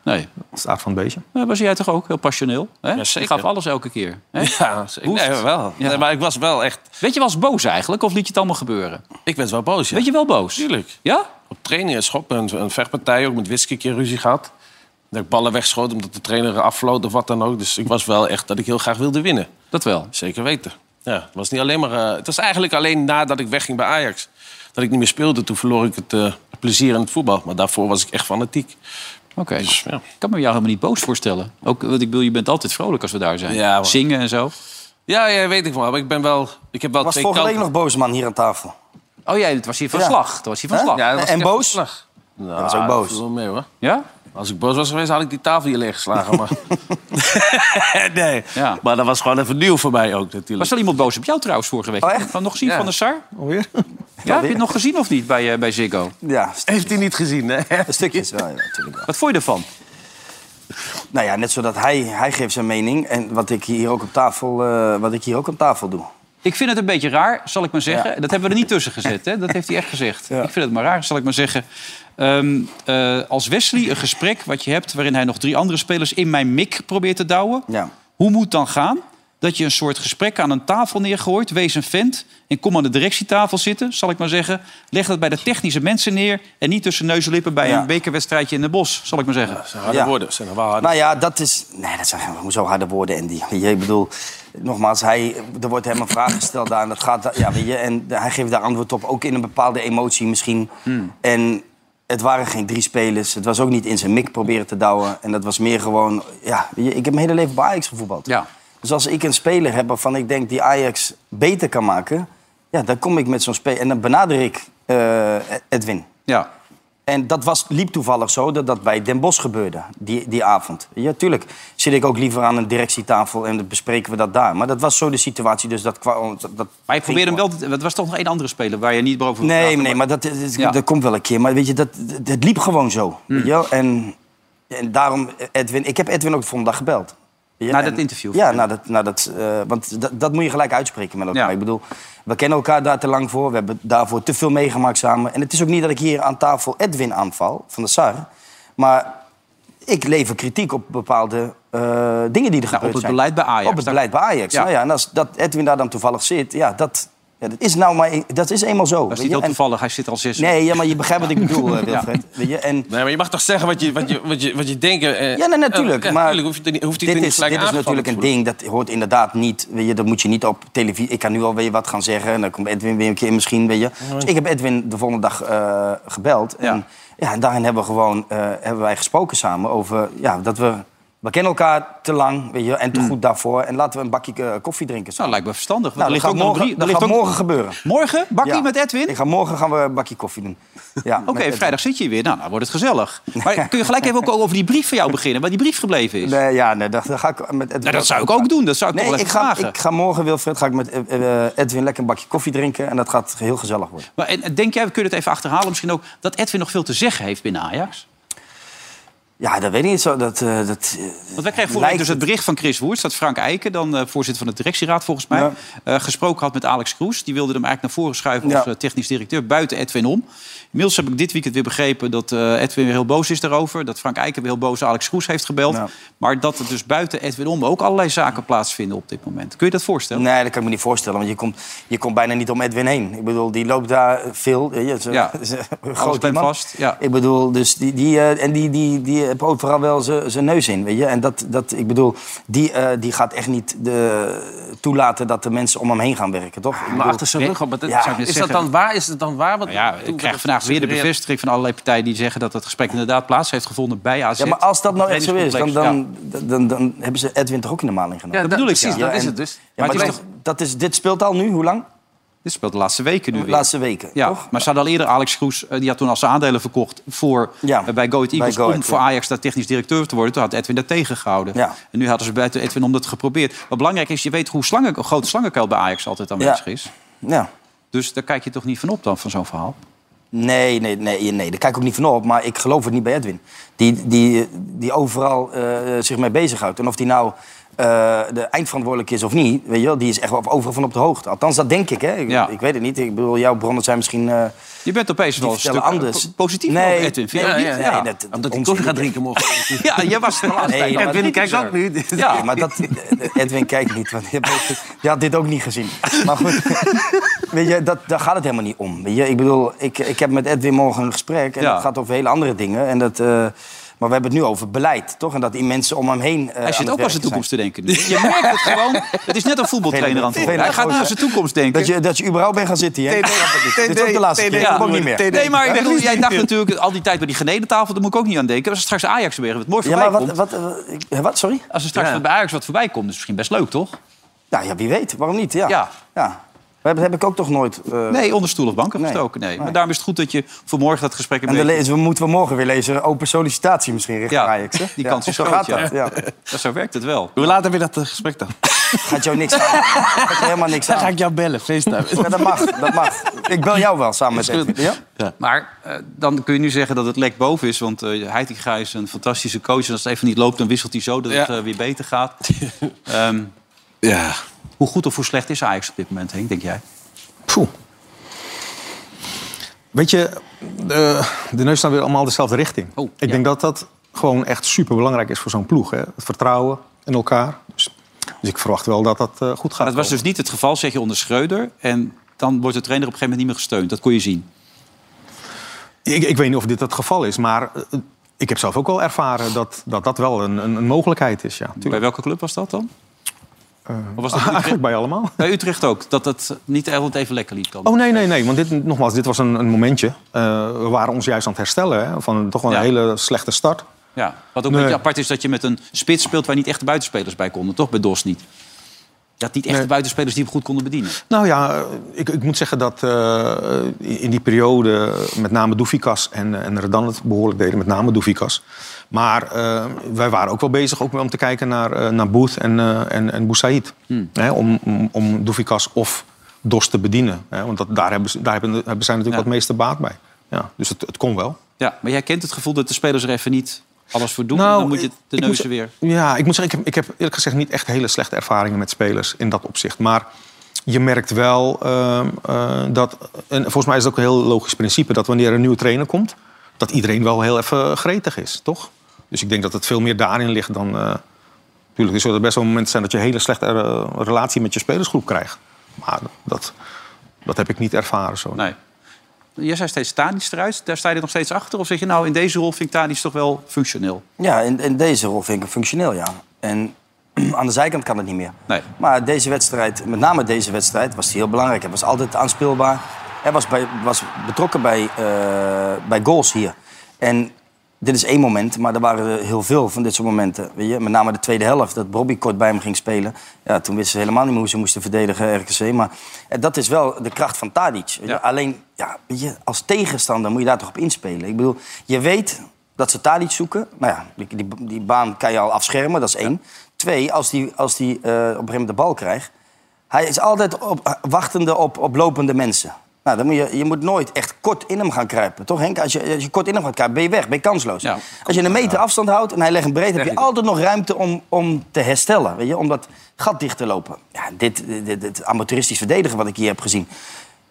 Speaker 2: Nee.
Speaker 3: dat is de aard van het beestje.
Speaker 2: Maar was jij toch ook heel passioneel? Hè?
Speaker 4: zeker.
Speaker 2: Je gaf alles elke keer. Hè?
Speaker 4: Ja, zeker.
Speaker 2: Woest.
Speaker 4: Nee, wel.
Speaker 2: Ja.
Speaker 4: Nee, maar ik was wel echt...
Speaker 2: Weet je, was boos eigenlijk? Of liet je het allemaal gebeuren?
Speaker 4: Ik werd wel boos, ja.
Speaker 2: Weet je wel boos?
Speaker 4: Tuurlijk.
Speaker 2: Ja?
Speaker 4: Op trainingen schoppen en een vechtpartij ook met whisky een keer ruzie gehad. Dat ik ballen wegschoot omdat de trainer afvloot of wat dan ook. Dus ik was wel echt dat ik heel graag wilde winnen.
Speaker 2: Dat wel.
Speaker 4: Zeker weten. Ja, het was niet alleen maar. eh, het was eigenlijk alleen nadat ik wegging bij Ajax. Dat ik niet meer speelde. Toen verloor ik het eh, plezier in het voetbal. Maar daarvoor was ik echt fanatiek.
Speaker 2: Oké.
Speaker 4: Dus, ja.
Speaker 2: Ik kan me jou helemaal niet boos voorstellen. Ook, want ik bedoel, je bent altijd vrolijk als we daar zijn.
Speaker 4: Ja, maar-
Speaker 2: Zingen en zo.
Speaker 4: ja, ja, weet ik wel. Maar ik ben wel. Ik heb wel
Speaker 5: Was
Speaker 4: twee
Speaker 5: vorige week
Speaker 4: kanten.
Speaker 5: nog boos man hier aan tafel.
Speaker 2: Oh jij, het was hier van
Speaker 5: Ja.
Speaker 2: slag. Het was hier van
Speaker 5: Hè?
Speaker 2: slag. Ja?
Speaker 4: Ja, dat was
Speaker 5: En
Speaker 4: echt
Speaker 5: boos?
Speaker 4: slag. Nou,
Speaker 5: was ook boos.
Speaker 4: viel wel mee, hoor. Als ik boos was geweest, had ik die tafel hier leeggeslagen. Maar... nee.
Speaker 2: Ja.
Speaker 4: Maar dat was gewoon even nieuw voor mij ook natuurlijk.
Speaker 2: Was er iemand boos op jou trouwens vorige week?
Speaker 5: Oh, echt?
Speaker 2: Van nog gezien
Speaker 4: Ja.
Speaker 2: van de Sar?
Speaker 3: Alweer?
Speaker 2: Oh, Ja, heb je het nog gezien of niet bij, eh, bij Ziggo?
Speaker 5: Ja, st-
Speaker 4: Heeft hij niet gezien, hè?
Speaker 5: stukjes wel, ja, natuurlijk wel.
Speaker 2: Wat vond je ervan?
Speaker 5: Nou ja, net zodat hij, hij geeft zijn mening en wat ik hier ook op tafel, eh, wat ik hier ook op tafel doe.
Speaker 2: Ik vind het een beetje raar, zal ik maar zeggen. Dat hebben we er niet tussen gezet, hè? dat heeft hij echt gezegd. Ik vind het maar raar, zal ik maar zeggen. Ehm, eh, als Wesley een gesprek wat je hebt... waarin hij nog drie andere spelers in mijn mik probeert te douwen...
Speaker 5: Ja.
Speaker 2: hoe moet dan gaan dat je een soort gesprek aan een tafel neergooit... wees een vent en kom aan de directietafel zitten, zal ik maar zeggen. Leg dat bij de technische mensen neer... en niet tussen neus en lippen bij
Speaker 5: Ja.
Speaker 2: een bekerwedstrijdje in de bos, zal ik maar zeggen.
Speaker 4: Zijn harde
Speaker 5: Ja.
Speaker 4: woorden. Zijn er wel harde
Speaker 5: Nou ja, dat is... Nee, dat zijn geen- hoezo harde woorden, Andy. Weet Je, ik bedoel, nogmaals, hij, er wordt hem een vraag gesteld daar en dat gaat... daar- Ja, weet je, en hij geeft daar antwoord op, ook in een bepaalde emotie misschien. En het waren geen drie spelers. Het was ook niet in zijn mik proberen te douwen. En dat was meer gewoon... Ja, weet je, ik heb mijn hele leven bij Ajax gevoetbald.
Speaker 2: Ja.
Speaker 5: Dus als ik een speler heb waarvan ik denk die Ajax beter kan maken... Ja, dan kom ik met zo'n speler en dan benader ik eh, Edwin.
Speaker 2: Ja.
Speaker 5: En dat was, liep toevallig zo dat dat bij Den Bosch gebeurde, die, die avond. Ja, tuurlijk zit ik ook liever aan een directietafel en dan bespreken we dat daar. Maar dat was zo de situatie, dus dat... kwa- dat, dat
Speaker 2: Maar je probeerde hem wel... te- Het was toch nog één andere speler waar je niet boven wilde
Speaker 5: Nee,
Speaker 2: praten,
Speaker 5: nee, maar dat, dat,
Speaker 2: Ja. Hmm.
Speaker 5: dat komt wel een keer. Maar weet je, dat, dat, het liep gewoon zo. Weet je wel? En, en daarom, Edwin... Ik heb Edwin ook de volgende dag gebeld. Weet je,
Speaker 2: Na
Speaker 5: en-
Speaker 2: dat interview?
Speaker 5: Ja, na dat, na dat, eh, want dat, dat moet je gelijk uitspreken met elkaar.
Speaker 2: Ja.
Speaker 5: Ik bedoel, we kennen elkaar daar te lang voor. We hebben daarvoor te veel meegemaakt samen. En het is ook niet dat ik hier aan tafel Edwin aanval, van de SAR. Maar ik lever kritiek op bepaalde eh, dingen die
Speaker 2: Nou,
Speaker 5: er
Speaker 2: op
Speaker 5: gebeurd
Speaker 2: het
Speaker 5: zijn.
Speaker 2: beleid bij Ajax.
Speaker 5: Op het beleid bij Ajax.
Speaker 2: Ja.
Speaker 5: Nou ja, en als dat Edwin daar dan toevallig zit, ja, dat, ja, dat is nou maar... Dat is eenmaal
Speaker 2: Dat
Speaker 5: zo.
Speaker 2: is
Speaker 5: weet
Speaker 2: niet
Speaker 5: je?
Speaker 2: heel
Speaker 5: En-
Speaker 2: toevallig, hij zit al zes
Speaker 5: Nee, ja, maar je begrijpt wat ik bedoel, eh, Wilfred. Weet je? En
Speaker 4: Nee, maar je mag toch zeggen wat je, wat je, wat je, wat je denkt. eh,
Speaker 5: Ja, nee, natuurlijk,
Speaker 4: eh,
Speaker 5: maar
Speaker 4: natuurlijk hoeft hij niet, hoeft hij
Speaker 5: dit
Speaker 4: er niet
Speaker 5: is,
Speaker 4: gelijk
Speaker 5: dit is
Speaker 4: aangevallen
Speaker 5: natuurlijk
Speaker 4: te
Speaker 5: een
Speaker 4: voelen.
Speaker 5: ding, dat hoort inderdaad niet. Weet je, dat moet je niet op televisie... Ik kan nu alweer wat gaan zeggen en dan komt Edwin weer een keer misschien. Weet je. Dus ik heb Edwin de volgende dag eh, gebeld. En,
Speaker 2: Ja.
Speaker 5: ja. en daarin hebben we gewoon eh, hebben wij gesproken samen over ja, dat we... We kennen elkaar te lang weet je, en te goed daarvoor. En laten we een bakje eh, koffie
Speaker 2: Hmm.
Speaker 5: drinken.
Speaker 2: Nou,
Speaker 5: samen.
Speaker 2: lijkt me verstandig. Want
Speaker 5: Nou,
Speaker 2: er
Speaker 5: dat gaat,
Speaker 2: ligt ook nog
Speaker 5: morgen,
Speaker 2: drie,
Speaker 5: dat
Speaker 2: er ligt
Speaker 5: gaat
Speaker 2: ook-
Speaker 5: morgen gebeuren.
Speaker 2: Morgen? Bakkie
Speaker 5: Ja.
Speaker 2: met Edwin?
Speaker 5: Ik ga morgen gaan we een bakje koffie doen. Ja,
Speaker 2: Oké,
Speaker 5: met Edwin.
Speaker 2: vrijdag zit je hier weer. Nou, nou wordt het gezellig. Maar kun je gelijk even ook over die brief van jou beginnen, waar die brief gebleven is?
Speaker 5: Nee, ja, nee, daar, daar ga ik met Edwin.
Speaker 2: Nou, dat zou ik ook doen. Dat zou ik
Speaker 5: Nee,
Speaker 2: toch wel
Speaker 5: ik
Speaker 2: even
Speaker 5: ga,
Speaker 2: vragen.
Speaker 5: ik ga morgen, Wilfred, ga ik met eh, eh, Edwin lekker een bakje koffie drinken. En dat gaat heel gezellig worden.
Speaker 2: Maar en, en denk jij, we kunnen het even achterhalen misschien ook... dat Edwin nog veel te zeggen heeft binnen Ajax?
Speaker 5: Ja, dat weet ik niet zo. Dat, eh, dat, eh,
Speaker 2: Want wij kregen vorige
Speaker 5: lijkt
Speaker 2: week dus het bericht van Chris Woerts... dat Frank Eiken, dan eh, voorzitter van de directieraad volgens mij...
Speaker 5: Ja.
Speaker 2: eh, gesproken had met Alex Kroes. Die wilde hem eigenlijk naar voren schuiven
Speaker 5: Ja.
Speaker 2: als eh, technisch directeur... buiten Edwin om. Inmiddels heb ik dit weekend weer begrepen dat eh, Edwin weer heel boos is daarover. Dat Frank Eiken weer heel boos Alex Kroes heeft gebeld.
Speaker 5: Ja.
Speaker 2: Maar dat er dus buiten Edwin om ook allerlei zaken plaatsvinden op dit moment. Kun je dat voorstellen?
Speaker 5: Nee, dat kan ik me niet voorstellen. Want je komt, je komt bijna niet om Edwin heen. Ik bedoel, die loopt daar veel. eh, Ja, ze-
Speaker 2: Ja.
Speaker 5: ze- een
Speaker 2: Alles
Speaker 5: groot
Speaker 2: bij hem
Speaker 5: iemand.
Speaker 2: vast, ja.
Speaker 5: Ik bedoel, dus die, die, eh, en die, die, die heeft overal wel zijn zijn neus in. Weet je? En dat, dat, ik bedoel, die, eh, die gaat echt niet de, toelaten dat de mensen om hem heen gaan werken, toch? Ik
Speaker 4: Maar
Speaker 5: bedoel,
Speaker 4: achter zijn
Speaker 2: nee,
Speaker 4: rug op. Maar dat-
Speaker 5: ja,
Speaker 2: zou ik
Speaker 4: is
Speaker 2: net
Speaker 4: dat
Speaker 2: zeggen.
Speaker 4: dan waar? Is het dan waar? Wat,
Speaker 2: Nou ja, ik krijg vandaag weer de bevestiging van allerlei partijen die zeggen dat dat gesprek inderdaad plaats heeft gevonden bij AZ.
Speaker 5: ja, maar als dat nou echt zo is, dan,
Speaker 2: Trainingscomplex,
Speaker 5: dan, dan, dan, dan hebben ze Edwin toch ook in de maling genomen.
Speaker 4: Ja, dat bedoel ik. Precies,
Speaker 5: Ja,
Speaker 4: dat
Speaker 5: en-
Speaker 4: is het dus.
Speaker 5: Ja, maar
Speaker 2: het is
Speaker 5: dat- dat is, dit speelt al nu, hoe lang?
Speaker 2: ja. Dit speelt de laatste weken nu
Speaker 5: De
Speaker 2: weer.
Speaker 5: laatste weken,
Speaker 2: Ja,
Speaker 5: toch?
Speaker 2: maar ze hadden al eerder Alex Kroes, eh, die had toen al zijn aandelen verkocht voor,
Speaker 5: Ja,
Speaker 2: eh, bij Go Ahead
Speaker 5: bij
Speaker 2: Eagles
Speaker 5: Go
Speaker 2: om
Speaker 5: Ahead,
Speaker 2: voor
Speaker 5: ja.
Speaker 2: Ajax daar technisch directeur te worden. Toen had Edwin dat tegengehouden.
Speaker 5: Ja.
Speaker 2: En nu hadden ze buiten Edwin om dat geprobeerd. Wat belangrijk is, je weet hoe slangen, hoe groot slangenkuil bij Ajax altijd aanwezig
Speaker 5: Ja.
Speaker 2: is.
Speaker 5: Ja.
Speaker 2: Dus daar kijk je toch niet van op dan, van zo'n verhaal?
Speaker 5: Nee, nee, nee, nee, daar kijk ik ook niet van op. Maar ik geloof het niet bij Edwin. Die, die, die overal eh, zich mee bezighoudt. En of die nou eh, de eindverantwoordelijk is of niet, weet je wel, die is echt wel overal van op de hoogte. Althans, dat denk ik, hè. Ik,
Speaker 2: Ja.
Speaker 5: ik weet het niet. Ik bedoel, jouw bronnen zijn misschien... eh
Speaker 2: Je bent opeens wel een stuk
Speaker 5: vertellen
Speaker 2: eh,
Speaker 5: anders.
Speaker 2: po- positief
Speaker 5: Nee.
Speaker 2: over Edwin, vind je
Speaker 4: Ja,
Speaker 2: ook niet?
Speaker 4: ja,
Speaker 5: nee, dat-
Speaker 4: Omdat hij
Speaker 5: onzin.
Speaker 4: koffie gaat drinken morgen.
Speaker 2: Ja, jij was er de laatste
Speaker 5: Nee,
Speaker 2: tijd.
Speaker 5: maar dat
Speaker 4: Edwin
Speaker 5: doet
Speaker 4: kijkt
Speaker 5: hij
Speaker 4: ook nu.
Speaker 2: Ja.
Speaker 5: Nee, maar dat, eh, Edwin kijkt niet, want je, je had dit ook niet gezien. Maar goed, weet je, dat, daar gaat het helemaal niet om. Weet je, ik bedoel, ik, ik heb met Edwin morgen een gesprek en
Speaker 2: Ja.
Speaker 5: dat gaat over hele andere dingen. En dat, eh, maar we hebben het nu over beleid, toch? En dat die mensen om hem heen. eh,
Speaker 2: Hij
Speaker 5: aan
Speaker 2: zit
Speaker 5: het
Speaker 2: ook aan zijn
Speaker 5: werken
Speaker 2: toekomst te denken. nu. Je merkt het gewoon. Het is net een voetbaltrainer aan het worden. Hij gaat nu aan zijn toekomst
Speaker 5: zijn.
Speaker 2: denken.
Speaker 5: Dat je, dat je überhaupt bent gaan zitten hier.
Speaker 1: TD,
Speaker 5: Ik snap het niet. Dit is ook de laatste keer.
Speaker 1: TD,
Speaker 5: Ik kom niet meer.
Speaker 2: Nee, maar ik dacht, jij dacht natuurlijk al die tijd bij die genedentafel, daar moet ik ook niet aan denken. Als er straks Ajax weer wat mooi
Speaker 5: Ja,
Speaker 2: voorbij
Speaker 5: maar
Speaker 2: komt.
Speaker 5: wat, wat, eh, ik- wat? Sorry?
Speaker 2: Als er straks
Speaker 4: Ja.
Speaker 2: wat bij Ajax wat voorbij komt, is misschien best leuk, toch?
Speaker 5: Nou ja, wie weet. Waarom niet? Ja.
Speaker 2: Ja.
Speaker 5: Maar Dat heb ik ook toch nooit. eh,
Speaker 2: Nee, onder stoel of banken
Speaker 5: Nee.
Speaker 2: gestoken. Nee. Maar
Speaker 5: Nee.
Speaker 2: daarom is het goed dat je vanmorgen dat gesprek hebt.
Speaker 5: En dan lezen we, moeten we morgen weer lezen. Open sollicitatie misschien richting
Speaker 2: Ja,
Speaker 5: Ajax. Hè?
Speaker 2: die kans is
Speaker 5: zo
Speaker 2: groot,
Speaker 5: gaat
Speaker 2: ja.
Speaker 5: dat. Ja.
Speaker 2: Zo werkt het wel.
Speaker 4: Hoe laat heb je dat eh, gesprek dan?
Speaker 5: Gaat jou niks aan. Gaat jou helemaal niks
Speaker 4: Dan ga
Speaker 5: aan.
Speaker 4: ik jou bellen, FaceTime.
Speaker 5: Ja, dat mag, dat mag. Ik bel jou wel samen met Edwin. Ja?
Speaker 2: Maar eh, dan kun je nu zeggen dat het lek boven is. Want eh Heitinga is een fantastische coach. En als het even niet loopt, dan wisselt hij zo dat het
Speaker 4: Ja.
Speaker 2: eh, weer beter gaat. Ehm,
Speaker 4: Ja.
Speaker 2: hoe goed of hoe slecht is Ajax op dit moment, Henk, denk jij?
Speaker 3: Poeh. Weet je, de, de neus staat weer allemaal dezelfde richting.
Speaker 2: Oh,
Speaker 3: ik
Speaker 2: ja.
Speaker 3: denk dat dat gewoon echt superbelangrijk is voor zo'n ploeg. Hè? Het vertrouwen in elkaar. Dus, dus ik verwacht wel dat dat eh, goed gaat.
Speaker 2: Maar dat was dus niet het geval, zeg je, onder Schreuder. En dan wordt de trainer op een gegeven moment niet meer gesteund. Dat kon je zien. dus-
Speaker 3: Ik, ik weet niet of dit het geval is, maar eh, ik heb zelf ook wel ervaren dat dat, dat wel een, een, een mogelijkheid is. Ja,
Speaker 2: Bij welke club was dat dan?
Speaker 3: Eh,
Speaker 2: of was dat Utrecht?
Speaker 3: Eigenlijk bij allemaal.
Speaker 2: bij Utrecht ook? Dat het niet altijd even lekker liep dan?
Speaker 3: Oh nee, nee, nee. Want dit, nogmaals, dit was een, een momentje. Eh, we waren ons juist aan het herstellen hè, van een- toch wel een
Speaker 2: Ja.
Speaker 3: hele slechte start.
Speaker 2: Ja. Wat ook
Speaker 3: Nee.
Speaker 2: een beetje apart is dat je met een spits speelt... waar niet echt de buitenspelers bij konden, toch? Bij DOS niet. Dat niet echt de
Speaker 3: Nee.
Speaker 2: buitenspelers die hem goed konden bedienen.
Speaker 3: Nou ja, ik, ik moet zeggen dat eh, in die periode met name Doefikas en, en Redan het behoorlijk deden, met name Doefikas. Maar eh, wij waren ook wel bezig ook wel om te kijken naar, eh, naar Booth en, eh en, en Boussaïd. Hè, om, om, om Doefikas of Dos te bedienen. Hè, want dat, daar, hebben, ze- daar hebben, hebben zij natuurlijk
Speaker 2: Ja.
Speaker 3: wat het meeste baat bij. Ja, dus het, het kon wel.
Speaker 2: Ja, maar jij kent het gevoel dat de spelers er even niet alles voor doen. en dan moet je de
Speaker 3: Nou, ik moet
Speaker 2: neuzen
Speaker 3: ze-
Speaker 2: weer...
Speaker 3: Ja, ik moet zeggen, ik heb, ik heb eerlijk gezegd niet echt hele slechte ervaringen met spelers in dat opzicht. Maar je merkt wel ehm, eh, dat, en volgens mij is het ook een heel logisch principe, dat wanneer een nieuwe trainer komt, dat iedereen wel heel even gretig is, toch? Dus ik denk dat het veel meer daarin ligt dan. eh natuurlijk, er zullen best wel momenten zijn dat je een hele slechte eh, relatie met je spelersgroep krijgt. Maar dat, dat heb ik niet ervaren zo.
Speaker 2: Nee. Jij zei steeds Tadic eruit. Daar sta je er nog steeds achter? Of zeg je nou, in deze rol vind ik Tadic toch wel functioneel?
Speaker 5: Ja, in, in deze rol vind ik het functioneel, ja. En aan de zijkant kan het niet meer.
Speaker 2: Nee.
Speaker 5: Maar deze wedstrijd, met name deze wedstrijd, was die heel belangrijk. Hij was altijd aanspeelbaar. Hij was, bij, was betrokken bij, eh, bij goals hier. En dit is één moment, maar er waren er heel veel van dit soort momenten. Weet je? Met name de tweede helft, dat Bobby kort bij hem ging spelen. Ja, toen wisten ze helemaal niet meer hoe ze moesten verdedigen, RKC. Maar eh, dat is wel de kracht van Tadic. weet je.
Speaker 2: Ja.
Speaker 5: Alleen, ja, weet je, als tegenstander moet je daar toch op inspelen. Ik bedoel, je weet dat ze Tadic zoeken. Nou ja, die, die, die baan kan je al afschermen, dat is één. Twee, als die, als die eh, op een gegeven moment de bal krijgt... Hij is altijd op, wachtende op, op lopende mensen. Nou, dan moet je, je moet nooit echt kort in hem gaan kruipen, toch Henk? Als je, als je kort in hem gaat kruipen, ben je weg, ben je kansloos.
Speaker 2: Ja.
Speaker 5: Als je een meter afstand houdt en hij legt hem breed... heb je altijd nog ruimte om, om te herstellen, weet je? Om dat gat dicht te lopen. Ja, dit, dit, dit amateuristisch verdedigen wat ik hier heb gezien.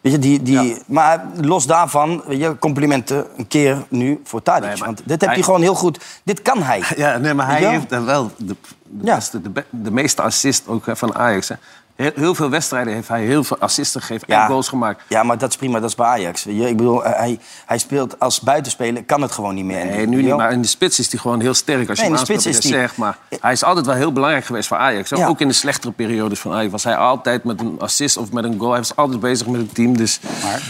Speaker 5: Weet je, die, die, Maar los daarvan, weet je, complimenten een keer nu voor Tadic.
Speaker 4: Nee, maar
Speaker 5: want dit heb
Speaker 4: hij-
Speaker 5: je gewoon heel goed... Dit kan hij.
Speaker 4: Ja, nee, maar hij
Speaker 5: Ja.
Speaker 4: heeft dan wel de, de,
Speaker 5: Ja.
Speaker 4: beste, de, be- de meeste assist ook hè, van Ajax. Hè. Heel, heel veel wedstrijden heeft hij heel veel assisten gegeven en goals gemaakt.
Speaker 5: Ja, maar dat is prima, dat is bij Ajax. Weet je, Ik bedoel, eh, hij, hij speelt als buitenspeler, kan het gewoon niet meer.
Speaker 4: Nee, nu
Speaker 5: Weet
Speaker 4: niet,
Speaker 5: je
Speaker 4: maar in de spits is hij gewoon heel sterk. Als je
Speaker 5: Nee,
Speaker 4: hem
Speaker 5: in de
Speaker 4: aanspeelt,
Speaker 5: spits
Speaker 4: wat
Speaker 5: is
Speaker 4: jij
Speaker 5: hij-
Speaker 4: zegt, maar hij is altijd wel heel belangrijk geweest voor Ajax. hè.
Speaker 5: Ja.
Speaker 4: Ook in de slechtere periodes van Ajax was hij altijd met een assist of met een goal. Hij was altijd bezig met het team. Dus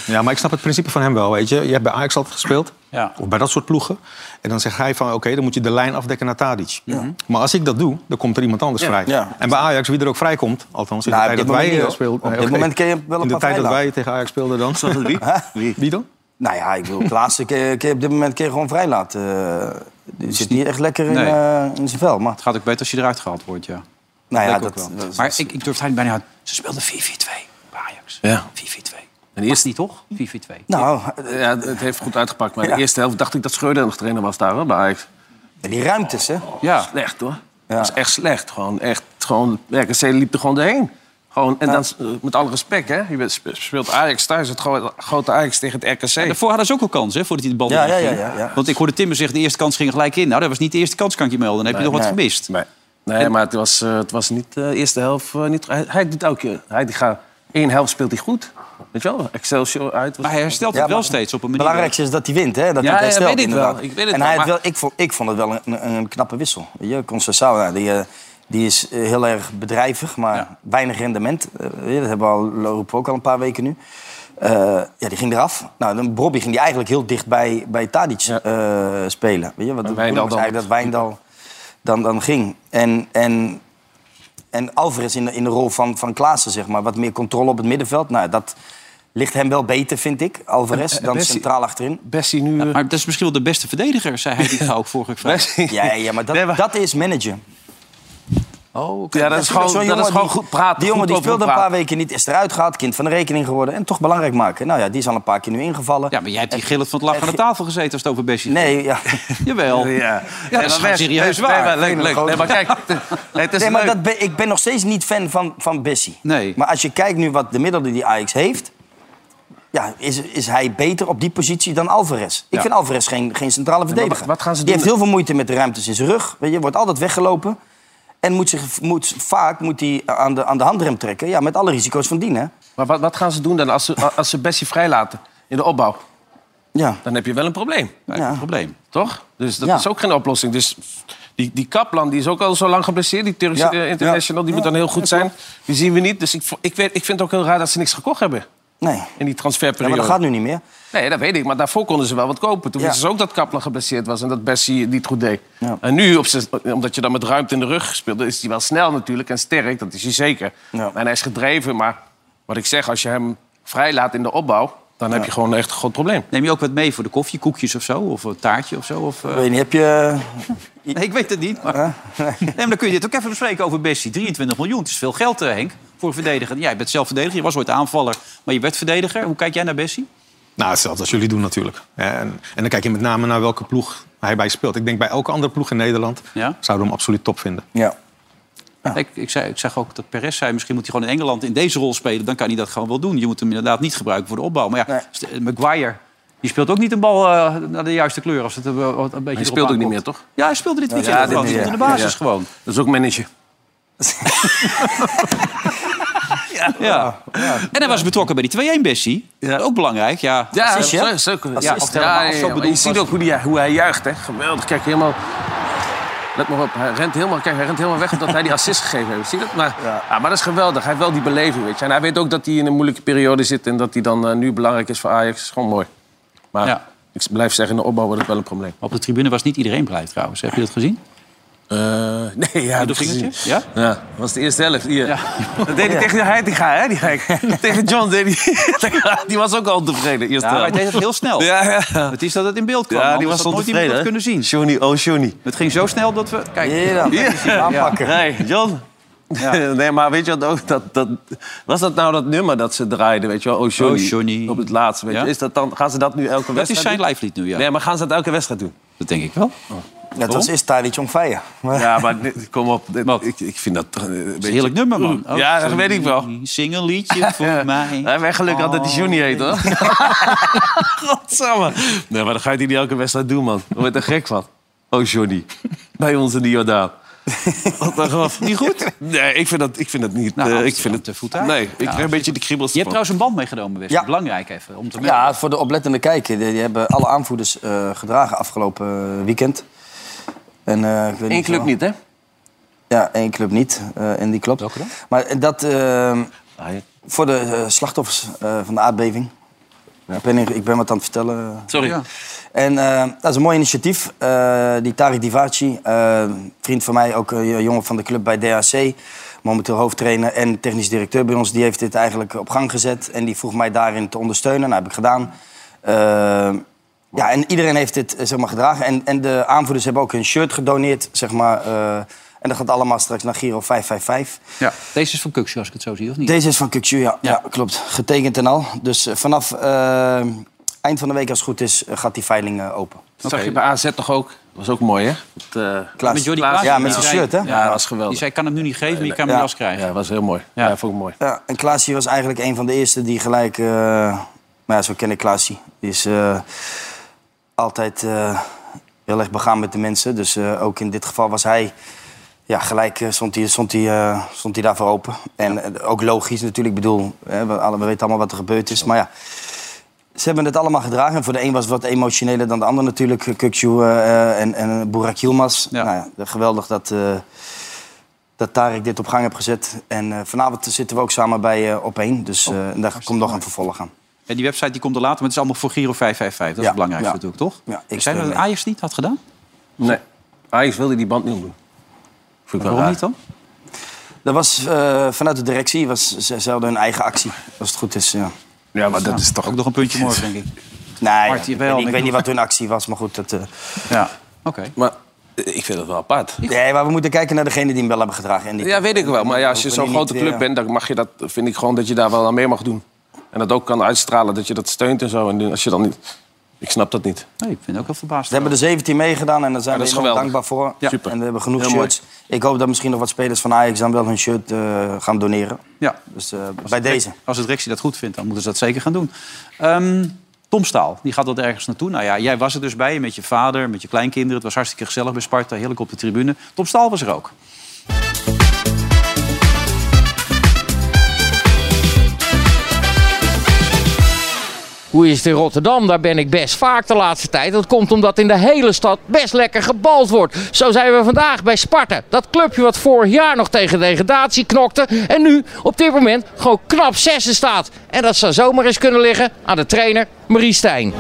Speaker 3: Ja, maar ik snap het principe van hem wel, weet je. Je hebt bij Ajax altijd gespeeld,
Speaker 2: Ja.
Speaker 3: of bij dat soort ploegen. En dan zegt hij van, oké, dan moet je de lijn afdekken naar Tadic.
Speaker 2: Mhm.
Speaker 3: Maar als ik dat doe, dan komt er iemand anders vrij.
Speaker 5: Ja.
Speaker 3: En bij Ajax, wie er ook vrij komt, althans in
Speaker 5: Nou,
Speaker 3: de
Speaker 5: op
Speaker 3: tijd
Speaker 5: dit
Speaker 3: dat
Speaker 5: moment
Speaker 3: wij
Speaker 5: niet,
Speaker 3: eh,
Speaker 5: hoor.
Speaker 3: speelden...
Speaker 5: Op dit
Speaker 3: oké.
Speaker 5: moment kun je wel een
Speaker 3: In de
Speaker 5: paar
Speaker 3: tijd dat
Speaker 5: vrijlaten.
Speaker 3: wij tegen Ajax speelden dan... Wie? Wie dan?
Speaker 5: Nou ja, ik bedoel, Klaassen kun je- kun je op dit moment kun je gewoon vrij laten. Eh, Die zit niet echt lekker in,
Speaker 2: Nee.
Speaker 5: eh, in zijn vel. Maar,
Speaker 2: Het gaat ook beter als je eruit gehaald wordt, ja.
Speaker 5: nou ja,
Speaker 2: Leek
Speaker 5: dat,
Speaker 2: ook wel.
Speaker 5: dat is-
Speaker 2: maar ik, ik durf het eigenlijk bijna uit. Ze speelden 4-4-2 bij Ajax.
Speaker 4: Ja.
Speaker 2: 4-4-2.
Speaker 4: En
Speaker 2: En eerst
Speaker 4: eerst-
Speaker 2: niet, toch? 4-4-2.
Speaker 5: Nou,
Speaker 4: eh, ja, het heeft goed uitgepakt. Maar
Speaker 5: Ja.
Speaker 4: de eerste helft dacht ik dat Schreuder nog trainer was daar hoor, bij Ajax.
Speaker 5: die ruimtes, hè?
Speaker 2: Ja.
Speaker 4: Slecht hoor.
Speaker 5: Ja.
Speaker 4: Dat is echt slecht. Gewoon echt, gewoon, ja, RKC liep er gewoon doorheen. Gewoon, en dan, eh, met alle respect, hè. Je bent- spe- speelt Ajax thuis, het gro- grote Ajax tegen het RKC.
Speaker 2: En daarvoor hadden ze ook al kans, hè, voordat hij de bal
Speaker 5: Ja,
Speaker 2: erin
Speaker 5: ja, ja,
Speaker 2: ging.
Speaker 5: ja, ja.
Speaker 2: Want ik hoorde Timmer zeggen, de eerste kans ging gelijk in. Nou, dat was niet de eerste kans, kan ik je melden. Dan heb je nog wat
Speaker 5: nee.
Speaker 2: gemist.
Speaker 4: Nee, nee maar het was, eh, het was niet de eerste helft. eh, niet, hij, hij doet elke keer. Hij die gaat, één helft speelt hij goed. Weet je wel, Excelsior uit. Was,
Speaker 2: Maar hij herstelt
Speaker 5: Ja,
Speaker 2: het wel
Speaker 5: maar
Speaker 2: steeds op een manier.
Speaker 5: Het belangrijkste is dat hij wint, hè? Dat hij
Speaker 4: Ja,
Speaker 5: het
Speaker 4: ja,
Speaker 5: herstelt,
Speaker 4: weet ik wel.
Speaker 5: inderdaad.
Speaker 4: Ik weet het
Speaker 5: en
Speaker 4: wel,
Speaker 5: hij had
Speaker 4: maar-
Speaker 5: wel, ik, vond, ik vond het wel een, een knappe wissel. Weet je, Conceição, nou, die, eh, die is eh, heel erg bedrijvig, maar
Speaker 2: Ja.
Speaker 5: weinig rendement. Eh, weet je, dat hebben we al, roepen we ook al een paar weken nu. Eh, ja, die ging eraf. Nou, dan Bobby ging die eigenlijk heel dicht bij, bij Tadic eh, spelen. Weet je, wat
Speaker 4: Wijndal
Speaker 5: Wijndal
Speaker 4: dan.
Speaker 5: dan. dat Wijndal dan, dan ging. En, en, en Alvarez in de, in de rol van, van Klaassen, zeg maar. Wat meer controle op het middenveld. Nou, dat ligt hem wel beter, vind ik, Alvarez,
Speaker 4: En- en
Speaker 5: dan
Speaker 4: Bessie-
Speaker 5: centraal achterin.
Speaker 4: Bessie nu... eh,
Speaker 2: Maar dat is misschien wel de beste verdediger, zei hij die gauw ook vorige vrijdag.
Speaker 4: Bessie-
Speaker 5: Ja, ja maar dat,
Speaker 4: Nee, maar-
Speaker 5: dat is managen.
Speaker 2: Oh, oké.
Speaker 4: Ja, dat
Speaker 5: Natuurlijk,
Speaker 4: is
Speaker 5: zo'n
Speaker 4: gewoon, dat
Speaker 5: jongen
Speaker 4: is gewoon
Speaker 5: die-
Speaker 4: goed praten.
Speaker 5: Die jongen
Speaker 4: goed
Speaker 5: die
Speaker 4: over
Speaker 5: speelde een
Speaker 4: praten.
Speaker 5: paar weken niet, is eruit gehaald, kind van de rekening geworden. En toch belangrijk maken. Nou ja, die is al een paar keer nu ingevallen.
Speaker 2: Ja, maar jij hebt die gillend van het lachen aan de tafel gezeten als het over Bessie ging.
Speaker 5: Nee, ja.
Speaker 2: Jawel.
Speaker 4: Ja,
Speaker 2: dat is
Speaker 4: maar
Speaker 2: gewoon
Speaker 4: wij-
Speaker 2: serieus
Speaker 4: nee,
Speaker 2: waar.
Speaker 4: nee, maar leuk, leuk.
Speaker 5: grote-
Speaker 4: Nee, maar kijk, het, het is
Speaker 5: nee maar
Speaker 4: leuk.
Speaker 5: dat ben- ik ben nog steeds niet fan van, van Bessie.
Speaker 2: Nee.
Speaker 5: Maar als je kijkt nu wat de middelen die Ajax heeft... Ja, is, is hij beter op die positie dan Alvarez? Ik
Speaker 2: Ja.
Speaker 5: vind Alvarez geen, geen centrale
Speaker 4: maar
Speaker 5: verdediger.
Speaker 4: wat gaan ze
Speaker 5: die
Speaker 4: doen?
Speaker 5: heeft heel veel moeite met de ruimtes in zijn rug. Weet je, wordt altijd weggelopen. En moet zich, moet, vaak moet hij aan de, aan de handrem trekken. Ja, met alle risico's van dien, hè?
Speaker 4: Maar wat, wat gaan ze doen dan als ze, als ze Bessie vrijlaten in de opbouw?
Speaker 5: Ja.
Speaker 4: Dan heb je wel een probleem.
Speaker 2: Dat is een
Speaker 5: Ja.
Speaker 2: probleem.
Speaker 4: Toch? Dus dat
Speaker 5: Ja.
Speaker 4: is ook geen oplossing. Dus die, die Kaplan die is ook al zo lang geblesseerd. Die Turkse
Speaker 5: Ja,
Speaker 4: eh, international, die moet dan heel goed zijn. Die zien we niet. Dus ik, vo- ik, weet, ik vind het ook heel raar dat ze niks gekocht hebben
Speaker 5: Nee.
Speaker 4: in die
Speaker 5: Ja,
Speaker 4: transferperiode.
Speaker 5: maar dat gaat nu niet meer.
Speaker 4: Nee, dat weet ik. Maar daarvoor konden ze wel wat kopen. Toen
Speaker 5: Ja.
Speaker 4: wisten ze ook dat Kaplan geblesseerd was en dat Bessie het niet goed deed.
Speaker 5: Ja.
Speaker 4: En nu, op zes- omdat je dan met ruimte in de rug speelde, is hij wel snel natuurlijk en sterk. Dat is hij zeker.
Speaker 5: Ja.
Speaker 4: En hij is gedreven. Maar wat ik zeg, als je hem vrijlaat in de opbouw, dan heb je gewoon echt een groot probleem.
Speaker 2: Neem je ook wat mee voor de koffie, koekjes of zo? Of een taartje of zo? Of, eh,
Speaker 5: Ik weet niet, heb je...
Speaker 2: Nee, ik weet het niet. Maar... Nee, maar dan kun je dit ook even bespreken over Bessie. 23 miljoen, het is veel geld, eh, Henk, voor een verdediger. Jij bent zelf verdediger, je was ooit aanvaller, maar je werd verdediger. Hoe kijk jij naar Bessie?
Speaker 3: Nou, hetzelfde als jullie doen natuurlijk. En, en dan kijk je met name naar welke ploeg hij bij speelt. Ik denk bij elke andere ploeg in Nederland
Speaker 2: Ja.
Speaker 3: zouden we hem absoluut top vinden.
Speaker 5: Ja.
Speaker 2: Ik, ik, zei, ik zag ook dat Perez zei, misschien moet hij gewoon in Engeland in deze rol spelen. Dan kan hij dat gewoon wel doen. Je moet hem inderdaad niet gebruiken voor de opbouw. Maar ja,
Speaker 5: Nee.
Speaker 2: St- eh, Maguire, die speelt ook niet een bal eh, naar de juiste kleur. Als het, eh, wat- een beetje erop
Speaker 4: speelt ook niet
Speaker 2: aankomt.
Speaker 4: meer, toch?
Speaker 2: Ja, hij speelde dit weekend
Speaker 4: ja,
Speaker 2: gewoon. Hij
Speaker 4: dit niet,
Speaker 2: stond
Speaker 4: ja.
Speaker 2: in de basis
Speaker 4: Ja,
Speaker 2: gewoon.
Speaker 4: Dat is ook manager.
Speaker 2: Ja. En hij was betrokken bij die 2-1, Bessie.
Speaker 4: Ja.
Speaker 2: Ook belangrijk, ja.
Speaker 4: Ja,
Speaker 5: Assist,
Speaker 4: zo,
Speaker 5: ja?
Speaker 4: zo, zo,
Speaker 5: Assist,
Speaker 4: ja,
Speaker 5: hè?
Speaker 4: ja,
Speaker 5: Als zo
Speaker 4: ja, ja.
Speaker 5: bedoeld
Speaker 4: Je ziet
Speaker 5: was-
Speaker 4: ook hoe, die, hoe hij juicht, hè? Geweldig. Kijk, helemaal... Let maar op, hij rent helemaal, kijk, hij rent helemaal weg omdat hij die assist gegeven heeft. Zie je dat? Maar, ja. maar dat is geweldig. Hij heeft wel die beleving, weet je. En hij weet ook dat hij in een moeilijke periode zit... en dat hij dan eh, nu belangrijk is voor Ajax. is gewoon mooi. Maar
Speaker 2: Ja.
Speaker 4: ik blijf zeggen, in de opbouw wordt het wel een probleem.
Speaker 2: Op de tribune was niet iedereen blij trouwens. Heb je dat gezien?
Speaker 4: Eh, nee, ja,
Speaker 2: Doe
Speaker 4: dat
Speaker 2: vingertje?
Speaker 4: gezien.
Speaker 2: Ja?
Speaker 4: Ja, dat was de eerste helft. Hier.
Speaker 2: Ja.
Speaker 4: Dat deed hij tegen de Heitinga, hè? Die gek. tegen John deed hij... die was ook al tevreden, eh, eerste
Speaker 2: Ja, maar hij
Speaker 4: helft.
Speaker 2: deed het heel snel.
Speaker 4: Ja, ja.
Speaker 2: Het is dat het in beeld kwam. anders had nooit iemand dat kunnen zien.
Speaker 4: Johnny, oh Johnny.
Speaker 2: Het ging zo snel dat we... Kijk,
Speaker 5: Ja, dat is die aanpakken.
Speaker 4: Hey, John. nee, maar weet je wat ook? Dat, dat, was dat nou dat nummer dat ze draaiden, weet je wel? Oh Johnny.
Speaker 2: Oh, Johnny.
Speaker 4: Op het laatste, weet je
Speaker 2: Ja.
Speaker 4: Is dat dan, gaan ze dat nu elke
Speaker 2: Dat is
Speaker 4: wedstrijd
Speaker 2: zijn
Speaker 4: doen?
Speaker 2: lijflied nu, ja.
Speaker 4: Nee, maar gaan ze dat elke wedstrijd doen?
Speaker 2: Dat denk ik wel.
Speaker 5: Ja, dat is Tadic Jongfeia.
Speaker 4: Ja, maar dit- kom op. dit-
Speaker 2: Wat?
Speaker 4: Ik, ik vind dat eh, toch een beetje...
Speaker 2: Een heerlijk nummer, man.
Speaker 6: Mm.
Speaker 2: Oh,
Speaker 4: Oeh, Mm. ja, dat
Speaker 2: zo'n-
Speaker 4: weet ik wel.
Speaker 2: Zing een liedje voor
Speaker 4: Ja.
Speaker 2: mij.
Speaker 4: Hij heeft gelukkig altijd die Juni heet, hoor. Godsamme. Nee, maar dan ga je die niet elke wedstrijd doen, man. Daar word je er gek van. Oh, Johnny. Bij ons in de Jordaan. Wat een graf. Niet goed? Nee, ik vind dat, ik vind dat niet...
Speaker 2: Nou,
Speaker 4: eh, ik
Speaker 2: Amsterdam
Speaker 4: vind het
Speaker 2: te voet aan.
Speaker 4: Nee, ik
Speaker 2: Ja,
Speaker 4: krijg een beetje de kriebels
Speaker 2: Je hebt
Speaker 4: ervan.
Speaker 2: trouwens een band meegenomen, West.
Speaker 5: Ja.
Speaker 2: Belangrijk even, om te merken.
Speaker 5: Ja, voor de oplettende kijker. Die, die hebben alle aanvoerders eh, gedragen afgelopen weekend. En, eh, ik weet
Speaker 4: Eén club
Speaker 5: zo-
Speaker 4: niet, hè?
Speaker 5: Ja, één club niet. eh, en die klopt.
Speaker 2: Welke dan?
Speaker 5: Maar dat eh,
Speaker 4: Ah, ja.
Speaker 5: voor de eh, slachtoffers eh, van de aardbeving. Ik, ben, in- ik ben wat aan het vertellen.
Speaker 4: Sorry.
Speaker 2: Ja.
Speaker 5: En eh, dat is een mooi initiatief. Eh, die Tariq Divaci, eh, vriend van mij, ook een jongen van de club bij DHC. Momenteel hoofdtrainer en technisch directeur bij ons. Die heeft dit eigenlijk op gang gezet. En die vroeg mij daarin te ondersteunen. Nou, heb ik gedaan. Eh, ja, en iedereen heeft dit eh, zeg maar, gedragen. En, en de aanvoerders hebben ook hun shirt gedoneerd, zeg maar. eh, en dat gaat allemaal straks naar Giro 555.
Speaker 2: Ja. Deze is van Kuxu, als ik het zo zie, of niet?
Speaker 5: Deze is van Kukju, ja. ja. klopt. Getekend en al. Dus eh, vanaf eh, eind van de week, als het goed is, eh, gaat die veiling eh, open.
Speaker 4: Dat zag je bij AZ toch ook? Dat was ook mooi, hè? Dat, eh,
Speaker 5: Klaas.
Speaker 2: Met Jordi
Speaker 4: Klaas,
Speaker 2: Klaas.
Speaker 5: ja, met
Speaker 2: Die
Speaker 5: zijn
Speaker 2: zei-
Speaker 5: shirt, hè?
Speaker 4: Ja, dat was
Speaker 2: Die
Speaker 4: geweldig.
Speaker 2: zei, ik kan hem nu niet geven, maar je kan hem
Speaker 5: Ja.
Speaker 2: jas krijgen.
Speaker 4: Ja, dat was heel mooi.
Speaker 2: Ja.
Speaker 4: Ja, vond ik mooi.
Speaker 5: Ja, en Klaasje was eigenlijk een van de eerste die gelijk... eh, maar ja, zo ken ik Klaasje. Die is eh, altijd eh, heel erg begaan met de mensen. Dus eh, ook in dit geval was hij... Ja, gelijk eh, stond hij, stond, hij, eh, stond hij daarvoor open. En eh, ook logisch natuurlijk. Ik bedoel, hè, we, alle- we weten allemaal wat er gebeurd is. Maar ja, ze hebben het allemaal gedragen. En voor de een was het wat emotioneler dan de ander natuurlijk. Kukju eh, en, en Burak Yilmaz.
Speaker 2: Ja.
Speaker 5: Nou ja, geweldig dat... eh, dat Tarek dit op gang heb gezet. En eh, vanavond zitten we ook samen bij eh Opeen. Dus eh, daar komt nog een vervolg aan.
Speaker 2: En die website die komt er later, maar het is allemaal voor Giro 555. Dat is
Speaker 5: Ja,
Speaker 2: belangrijk
Speaker 5: ja.
Speaker 2: natuurlijk, toch?
Speaker 5: Ja, ik
Speaker 2: Zijn dat
Speaker 5: steun mee.
Speaker 2: Ajax niet had gedaan?
Speaker 4: Nee. Ajax wilde die band niet doen. Vond ik wel
Speaker 2: Waarom
Speaker 4: raar.
Speaker 2: niet dan?
Speaker 5: Dat was eh, vanuit de directie. Was, ze, ze hadden hun eigen actie, als het goed is. Ja.
Speaker 4: Ja, maar dat
Speaker 2: Nou,
Speaker 4: is toch...
Speaker 2: Ook nog een puntje morgen, denk ik.
Speaker 5: Nee,
Speaker 2: Marty,
Speaker 5: ik,
Speaker 2: wel,
Speaker 5: weet, niet-
Speaker 2: ik
Speaker 5: ik weet niet
Speaker 2: doe-
Speaker 5: wat hun actie was, maar goed. Dat, eh,
Speaker 2: Ja, oké.
Speaker 4: Maar eh, ik vind het wel apart.
Speaker 5: Nee, maar we moeten kijken naar degene die hem wel hebben gedragen. En die-
Speaker 4: Ja, weet ik wel. Maar ja, als je
Speaker 5: Hoeven
Speaker 4: zo'n
Speaker 5: die
Speaker 4: grote
Speaker 5: niet,
Speaker 4: club
Speaker 5: eh,
Speaker 4: bent, dan mag je dat, vind ik gewoon dat je daar wel aan mee mag doen. En dat ook kan uitstralen, dat je dat steunt en zo. En als je dan niet... Ik snap dat niet.
Speaker 2: Nee, ik vind het ook wel verbaasd.
Speaker 5: Ze hebben er 17 meegedaan en daar zijn
Speaker 4: Ja, dat
Speaker 5: we
Speaker 4: is
Speaker 5: enorm
Speaker 4: geweldig.
Speaker 5: dankbaar voor.
Speaker 4: Ja. Super.
Speaker 5: En we hebben genoeg
Speaker 4: Heel
Speaker 5: shirts. Ik hoop dat misschien nog wat spelers van Ajax dan wel hun shirt eh, gaan doneren.
Speaker 2: Ja.
Speaker 5: Dus eh, bij deze.
Speaker 2: Als de directie dat goed vindt, dan moeten ze dat zeker gaan doen. Ehm Tom Staal, die gaat dat ergens naartoe. Nou ja, jij was er dus bij, met je vader, met je kleinkinderen. Het was hartstikke gezellig bij Sparta, heerlijk op de tribune. Tom Staal was er ook.
Speaker 7: Hoe is het in Rotterdam? Daar ben ik best vaak de laatste tijd. Dat komt omdat in de hele stad best lekker gebald wordt. Zo zijn we vandaag bij Sparta. Dat clubje wat vorig jaar nog tegen degradatie knokte. En nu op dit moment gewoon knap zesde staat. En dat zou zomaar eens kunnen liggen aan de trainer Marie Stijn.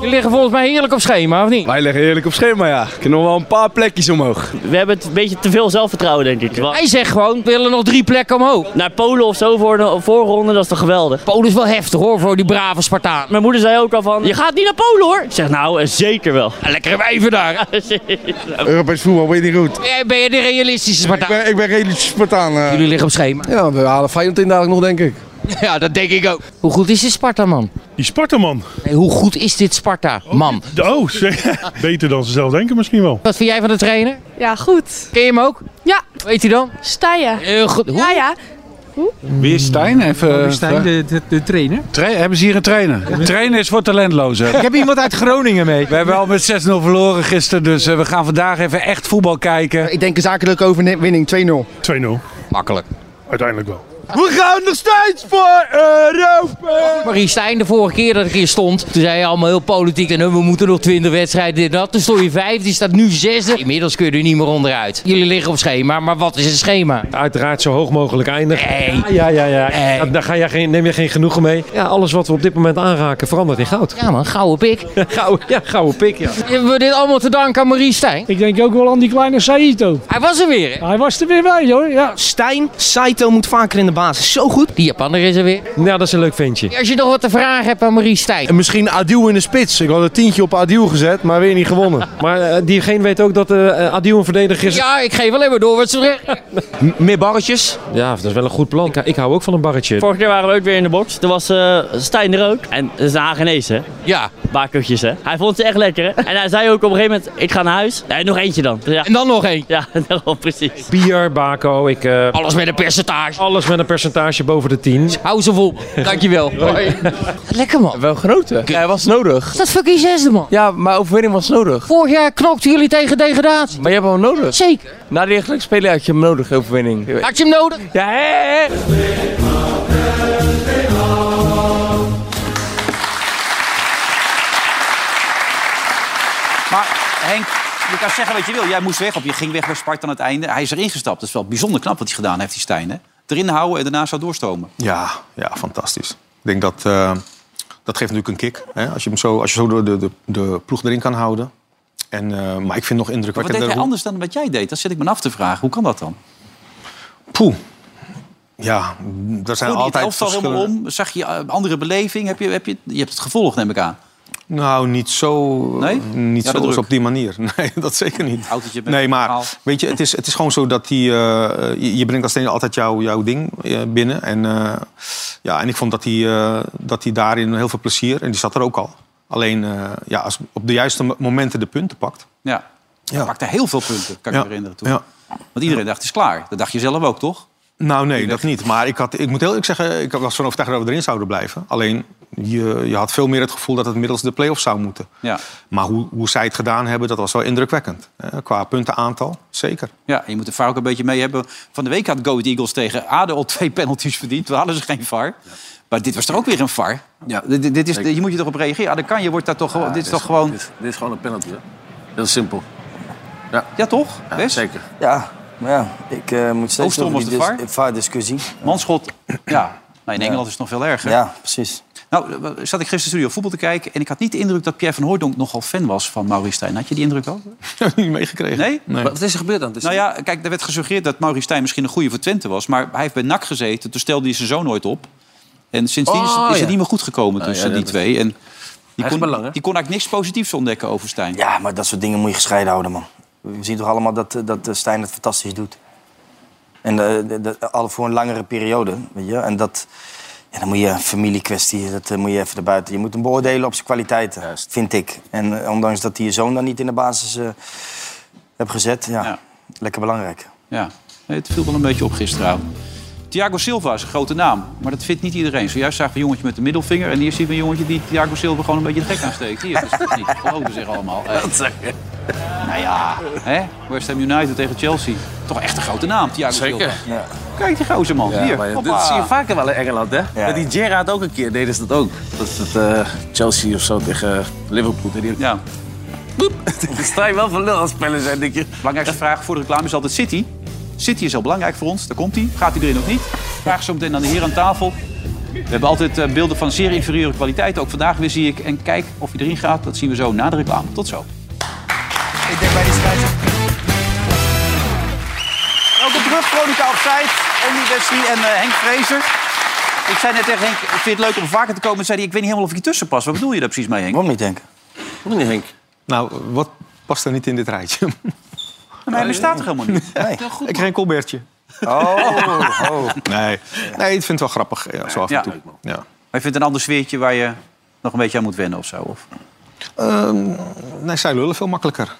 Speaker 7: Jullie liggen volgens mij heerlijk op schema, of niet?
Speaker 8: Wij liggen eerlijk op schema, ja. Ik nog wel een paar plekjes omhoog.
Speaker 9: We hebben het een beetje te veel zelfvertrouwen, denk ik. Want
Speaker 7: Hij zegt gewoon, we willen nog drie plekken omhoog.
Speaker 9: Naar Polen of zo voor de voorronde, dat is toch geweldig?
Speaker 7: Polen is wel heftig hoor, voor die brave Spartaan.
Speaker 9: Mijn moeder zei ook al van, je gaat niet naar Polen hoor. Ik zeg nou, eh, zeker wel.
Speaker 7: Ah, Lekkere wijven daar.
Speaker 10: Europees voetbal weet niet goed.
Speaker 7: Ben je de realistische
Speaker 10: Ik
Speaker 7: Spartaan?
Speaker 10: ben, ik ben redelijk spontaan. eh.
Speaker 7: Jullie liggen op schema.
Speaker 8: Ja, we halen Feyenoord in dadelijk nog, denk ik.
Speaker 7: Ja, dat denk ik ook. Hoe goed is dit Sparta, man?
Speaker 11: Die Spartaman.
Speaker 7: Nee, hoe goed is dit Sparta, man?
Speaker 11: Oh, ze- beter dan ze zelf denken misschien wel.
Speaker 7: Wat vind jij van de trainer?
Speaker 6: Ja, goed.
Speaker 7: Ken je hem ook?
Speaker 6: Ja.
Speaker 7: Weet hij dan?
Speaker 6: Stijen.
Speaker 7: Heel goed. Hoe?
Speaker 6: Ja, ja.
Speaker 8: Wie is Stijn? Even, de, trainer? hebben ze hier een trainer? Trainer is voor talentlozen. Ik heb iemand uit Groningen mee. We hebben al met 6-0 verloren gisteren, dus eh, we gaan vandaag even echt voetbal kijken.
Speaker 10: Ik denk een zakelijke overwinning 2-0.
Speaker 11: 2-0,
Speaker 7: Makkelijk.
Speaker 11: uiteindelijk wel.
Speaker 10: We gaan nog steeds voor Europa!
Speaker 7: Marie Stijn, de vorige keer dat ik hier stond, toen zei je allemaal heel politiek en eh, we moeten nog 20 wedstrijden, dit en dat. Toen stond je vijfde, je staat nu zesde. Inmiddels kun je er niet meer onderuit. Jullie liggen op schema, maar wat is het schema?
Speaker 8: Uiteraard zo hoog mogelijk eindigen.
Speaker 7: Nee.
Speaker 8: Ja, ja, ja.
Speaker 7: Nee.
Speaker 8: Daar ga je geen, neem je geen genoegen mee. Ja, alles wat we op dit moment aanraken verandert in goud.
Speaker 7: Ja man, gouden pik.
Speaker 8: Gouden, ja, gouden pik, ja.
Speaker 7: Hebben we dit allemaal te danken aan Marie Stijn?
Speaker 8: Ik denk ook wel aan die kleine Saito.
Speaker 7: Hij was er weer, hè?
Speaker 8: Hij was er weer bij, hoor. Ja.
Speaker 10: Stijn, Saito moet vaker in de
Speaker 7: basis zo goed. Die Japaner is er weer.
Speaker 6: Ja, Nou, dat is een leuk ventje.
Speaker 7: Als je nog wat te vragen hebt aan Maurice Stijn.
Speaker 6: En misschien Adiel in de spits. Ik had een tientje op Adiel gezet, maar weer niet gewonnen. maar eh, diegene weet ook dat eh Adiel een verdediger is.
Speaker 7: Ja, ik geef alleen maar door wat ze zeggen.
Speaker 6: Meer barretjes? Ja, dat is wel een goed plan. Ik, ik hou ook van een barretje.
Speaker 9: Vorige keer waren we ook weer in de box. Toen was eh, Stijn er ook. En dat is een Hagenees, hè?
Speaker 7: Ja.
Speaker 9: Bakertjes, hè? Hij vond ze echt lekker, hè? En hij zei ook op een gegeven moment, ik ga naar huis. Nee, nog eentje dan. En
Speaker 7: dan nog één.
Speaker 9: Ja, daarom, precies.
Speaker 6: Bier, bako. Ik, eh,
Speaker 7: Alles met een percentage.
Speaker 6: Alles met een percentage boven de 10.
Speaker 7: Hou ze vol. Dankjewel. Lekker man.
Speaker 12: Wel genoten. Hij was nodig.
Speaker 7: Dat fucking zesde man.
Speaker 12: Ja, maar overwinning was nodig.
Speaker 7: Vorig jaar knokten jullie tegen degradatie.
Speaker 12: Maar je hebt hem nodig.
Speaker 7: Zeker.
Speaker 12: Na die gelijk spelen had je hem nodig, overwinning.
Speaker 7: Had je hem nodig?
Speaker 12: Ja, hè?
Speaker 2: Maar Henk, je kan zeggen wat je wil. Jij moest weg, op je ging weg bij Sparta aan het einde. Hij is erin gestapt. Dat is wel bijzonder knap wat hij gedaan heeft, die Stijn. Hè? Erin houden en daarna zou doorstomen.
Speaker 3: Ja, ja fantastisch. Ik denk dat eh, dat geeft natuurlijk een kick. Hè? Als, je hem zo, als je zo de, de, de ploeg erin kan houden. En, eh, maar ik
Speaker 2: Maar
Speaker 3: vind nog
Speaker 2: wat deed
Speaker 3: indrukwekkender...
Speaker 2: hij
Speaker 3: hoe-
Speaker 2: anders dan wat jij deed? Dat zit ik me af te vragen. Hoe kan dat dan?
Speaker 3: Poeh. Ja, er zijn
Speaker 2: Voelde je het
Speaker 3: altijd
Speaker 2: elftal helemaal
Speaker 3: verschillende...
Speaker 2: om? Zag je eh, andere beleving? Heb je, heb je, je hebt het gevolgd, neem ik aan.
Speaker 3: Nou, niet zo, eh,
Speaker 2: Nee?
Speaker 3: niet
Speaker 2: Ja, de
Speaker 3: zo
Speaker 2: druk.
Speaker 3: op die manier. Nee, dat zeker niet.
Speaker 2: Autootje met
Speaker 3: Nee, maar
Speaker 2: verhaal.
Speaker 3: weet je, het is, het is gewoon zo dat die, eh, je, je brengt als trainer altijd jouw jouw ding eh, binnen. En, eh, ja, en ik vond dat hij eh, dat hij daarin heel veel plezier... en die zat er ook al. Alleen, eh, ja, als op de juiste mo- momenten de punten pakt...
Speaker 2: Ja. Hij pakte heel veel punten, kan ik me herinneren toen.
Speaker 3: ja.
Speaker 2: Want iedereen dacht, het is klaar. Dat dacht je zelf ook, toch?
Speaker 3: Nou, nee, dat niet. Maar ik, had, ik moet heel eerlijk zeggen, ik was ervan overtuigd dat we erin zouden blijven. Alleen, je, je had veel meer het gevoel dat het middels de play-offs zou moeten.
Speaker 2: Ja.
Speaker 3: Maar hoe, hoe zij het gedaan hebben, dat was wel indrukwekkend. Eh, qua puntenaantal, zeker.
Speaker 2: Ja, en je moet de VAR ook een beetje mee hebben. Van de week had Go Ahead Eagles tegen ADO al twee penalties verdiend. Toen hadden ze geen VAR. Maar dit was er ook weer een VAR. Ja, dit, dit- dit is, je moet je erop reageren. Adekanje wordt daar toch, gewoon- Oh, dit is toch gewoon...
Speaker 4: Dit, dit is gewoon een penalty, hè? Heel simpel.
Speaker 2: Ja, toch?
Speaker 4: Ja,
Speaker 2: Wes?
Speaker 4: zeker.
Speaker 5: Ja, maar ja, ik eh, moet steeds
Speaker 2: Oostrom
Speaker 5: over
Speaker 2: was
Speaker 5: die
Speaker 2: de
Speaker 5: dis-
Speaker 2: VAR?
Speaker 5: eh, VAR-discussie.
Speaker 2: Manschot, ja. Nou, in Engeland is het nog veel erger.
Speaker 5: Ja, precies.
Speaker 2: Nou, eh, zat ik gisteren in de studio voetbal te kijken... en ik had niet de indruk dat Pierre van Hooijdonk nogal fan was van Maurice Stijn. Had je die indruk ook?
Speaker 3: niet meegekregen.
Speaker 2: Nee?
Speaker 4: Wat is er gebeurd dan? Het is-
Speaker 2: Nou ja, kijk, er werd gesuggereerd dat Maurice Stijn misschien een goede voor Twente was... maar hij heeft bij NAC gezeten, toen stelde hij zijn zoon nooit op. En sindsdien is,
Speaker 4: Oh,
Speaker 2: het, is
Speaker 4: ja. Nou
Speaker 2: het niet meer goed gekomen tussen
Speaker 4: ja,
Speaker 2: die
Speaker 4: dat is-
Speaker 2: twee. En die,
Speaker 4: is
Speaker 2: kon,
Speaker 4: belangrijk.
Speaker 2: die kon eigenlijk niks positiefs ontdekken over Stijn.
Speaker 5: Ja, maar dat soort dingen moet je gescheiden houden, man. We zien toch allemaal dat, eh, dat eh, Stijn het fantastisch doet. En eh, de- de- al voor een langere periode, weet je. En dat, ja, dan moet je familiekwestie, dat eh, moet je even erbuiten. Je moet hem beoordelen op zijn kwaliteiten, vind ik. En eh, ondanks dat hij je zoon dan niet in de basis eh hebt gezet, ja,
Speaker 2: Ja.
Speaker 5: lekker belangrijk.
Speaker 2: Ja, nee, het viel wel een beetje op gisteravond. Thiago Silva is een grote naam, maar dat vindt niet iedereen. Zojuist zagen we een jongetje met de middelvinger... en hier zien we een jongetje die Thiago Silva gewoon een beetje de gek aansteekt. Hier, dat is toch niet. Dat geloven zich allemaal. Hey. Nou ja, hè? West Ham United tegen Chelsea. Toch echt een grote naam, Thiago
Speaker 4: Zeker.
Speaker 2: Silva.
Speaker 5: Ja.
Speaker 2: Kijk die gozer, man.
Speaker 4: Ja,
Speaker 2: hier,
Speaker 4: maar ja, dit
Speaker 2: hoppa.
Speaker 4: zie je vaker wel in Engeland, hè?
Speaker 5: Ja.
Speaker 4: Met die Gerrard ook een keer deden ze dat ook. Dat is het eh, Chelsea of zo tegen eh, Liverpool. Die- Die...
Speaker 2: Ja,
Speaker 4: Dan sta je wel van lul als speler zijn, denk je.
Speaker 2: belangrijkste vraag voor de reclame is altijd City. City is heel belangrijk voor ons, daar komt hij. Gaat hij erin of niet? Vraag zo meteen aan de heer aan tafel. We hebben altijd eh, beelden van zeer inferieure kwaliteit. Ook vandaag weer zie ik. En kijk of hij erin gaat, dat zien we zo na de reclame. Tot zo.
Speaker 5: Ik denk bij die scheidsrechter.
Speaker 2: Welkom terug, Veronica Opzijt. Andy Wesley en eh, Henk Vrezer. Ik zei net tegen Henk, ik vind het leuk om vaker te komen. Toen zei hij, ik weet niet helemaal of ik je tussen pas. Wat bedoel je daar precies mee, Henk?
Speaker 5: Waarom niet denken?
Speaker 4: Hoe niet, Henk?
Speaker 3: Nou, wat past er niet in dit rijtje?
Speaker 2: Maar hij bestaat toch helemaal niet?
Speaker 3: ik geen Colbertje.
Speaker 5: Oh, oh.
Speaker 3: Nee. nee, ik vind het wel grappig, ja, zo af en
Speaker 2: Ja.
Speaker 3: toe. Ja.
Speaker 2: Maar je vindt een ander sfeertje waar je nog een beetje aan moet wennen of zo? Of?
Speaker 3: Ehm, nee, zij lullen veel makkelijker.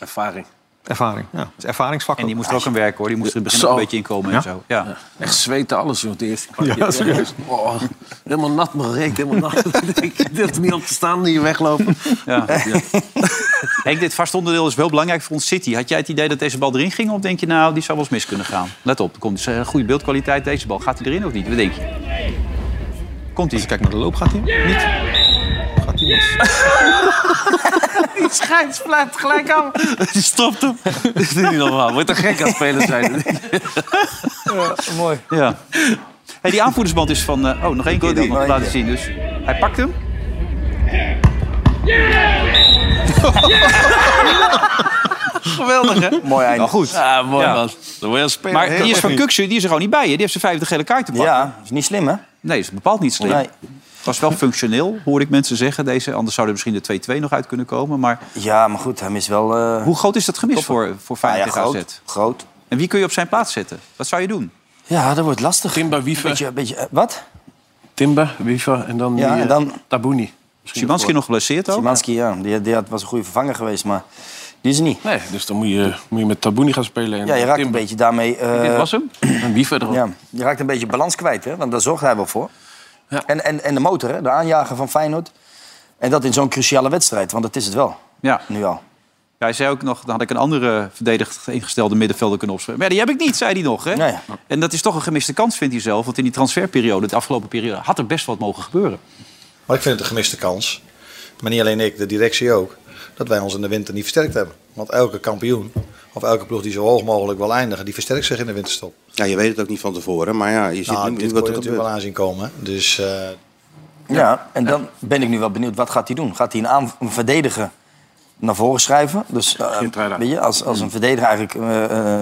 Speaker 4: Ervaring.
Speaker 3: Ervaring, ja. Het is ervaringsvak
Speaker 2: En die
Speaker 3: ook.
Speaker 2: moest er ook aan werken, hoor. Die moest er in het begin ook
Speaker 4: Zo.
Speaker 2: een beetje inkomen en
Speaker 3: Ja?
Speaker 2: zo. Ja.
Speaker 4: Echt zweten alles, joh. De eerste
Speaker 3: Ja, serieus.
Speaker 4: Oh, helemaal nat, maar reek helemaal nat. ik durfde niet op te staan, hier weglopen.
Speaker 2: Ja. Henk, dit vast onderdeel is wel belangrijk voor ons City. Had jij het idee dat deze bal erin ging? Of denk je, nou, die zou wel eens mis kunnen gaan? Let op, er komt dus een goede beeldkwaliteit deze bal. Gaat hij erin of niet? Wat denk je? Komt hij?
Speaker 3: Als je kijkt naar de loop, gaat hij niet? Gaat hij mis?
Speaker 4: Die schijnt blijft gelijk aan. Die stopt hem. Dit is niet normaal. Wordt er gek aan het spelen zijn.
Speaker 5: Mooi.
Speaker 2: Ja. Hey, die aanvoerdersband is van... eh, oh, nog één keer dan, om te laten zien. Dus hij pakt hem.
Speaker 6: Geweldig, hè?
Speaker 5: Mooi einde.
Speaker 6: Nou, goed. Ja, mooi
Speaker 2: Ja.
Speaker 6: man. Dan word je als speler
Speaker 2: Maar
Speaker 6: heel
Speaker 2: die is van
Speaker 6: technisch.
Speaker 2: Kuksu, die is er gewoon niet bij. hè? Die heeft zijn vijfde gele kaart te pakken.
Speaker 5: Ja, is niet slim, hè?
Speaker 2: Nee, is bepaald niet slim.
Speaker 5: Nee.
Speaker 2: Was wel functioneel, hoor ik mensen zeggen. Deze, anders zou er misschien de 2-2 nog uit kunnen komen. Maar
Speaker 5: Ja, maar goed, hij mist wel... eh,
Speaker 2: hoe groot is dat gemis voor, voor Feyenoord
Speaker 5: Nou ja,
Speaker 2: tegen
Speaker 5: groot,
Speaker 2: AZ? En wie kun je op zijn plaats zetten? Wat zou je doen?
Speaker 5: Ja, dat wordt lastig.
Speaker 6: Timber, Wiever.
Speaker 5: Beetje, beetje, eh, wat?
Speaker 6: Timber, Wiever en dan,
Speaker 5: Ja,
Speaker 6: die,
Speaker 5: en
Speaker 6: eh,
Speaker 5: dan-
Speaker 6: Tabouni.
Speaker 2: Szymanski nog geblesseerd ook?
Speaker 5: Szymanski, ja. Die, die had, was een goede vervanger geweest, maar die is er niet.
Speaker 6: Nee, dus dan moet je, moet je met Tabouni gaan spelen. En
Speaker 5: Ja, je raakt een
Speaker 6: Timber.
Speaker 5: beetje daarmee... eh,
Speaker 6: Dit was hem. En Wiever erop.
Speaker 5: Ja, je raakt een beetje balans kwijt, hè? want daar zorgt hij wel voor. En, en, en de motor, hè? de aanjager van Feyenoord. En dat in zo'n cruciale wedstrijd, want dat is het wel,
Speaker 2: Ja.
Speaker 5: nu al.
Speaker 2: Ja, hij zei ook nog, dan had ik een andere verdedigd ingestelde middenvelder kunnen opschrijven. Maar ja, die heb ik niet, zei hij nog. Hè?
Speaker 5: Nee.
Speaker 2: En dat is toch een gemiste kans, vindt hij zelf. Want in die transferperiode, de afgelopen periode, had er best wat mogen gebeuren.
Speaker 7: Maar ik vind het een gemiste kans. Maar niet alleen ik, de directie ook. Dat wij ons in de winter niet versterkt hebben. Want elke kampioen of elke ploeg die zo hoog mogelijk wil eindigen, die versterkt zich in de winterstop.
Speaker 13: Ja, je weet het ook niet van tevoren, maar ja, je ziet
Speaker 7: Nou,
Speaker 13: nu,
Speaker 7: dit
Speaker 13: nu wat
Speaker 7: kon
Speaker 13: er
Speaker 7: je natuurlijk
Speaker 13: gebeurt.
Speaker 7: wel aanzien komen. hè. Dus eh,
Speaker 5: Ja, en dan ben ik nu wel benieuwd, wat gaat hij doen? Gaat hij een, aan, een verdediger naar voren schrijven? Dus eh, weet je, als, als een verdediger eigenlijk eh, eh,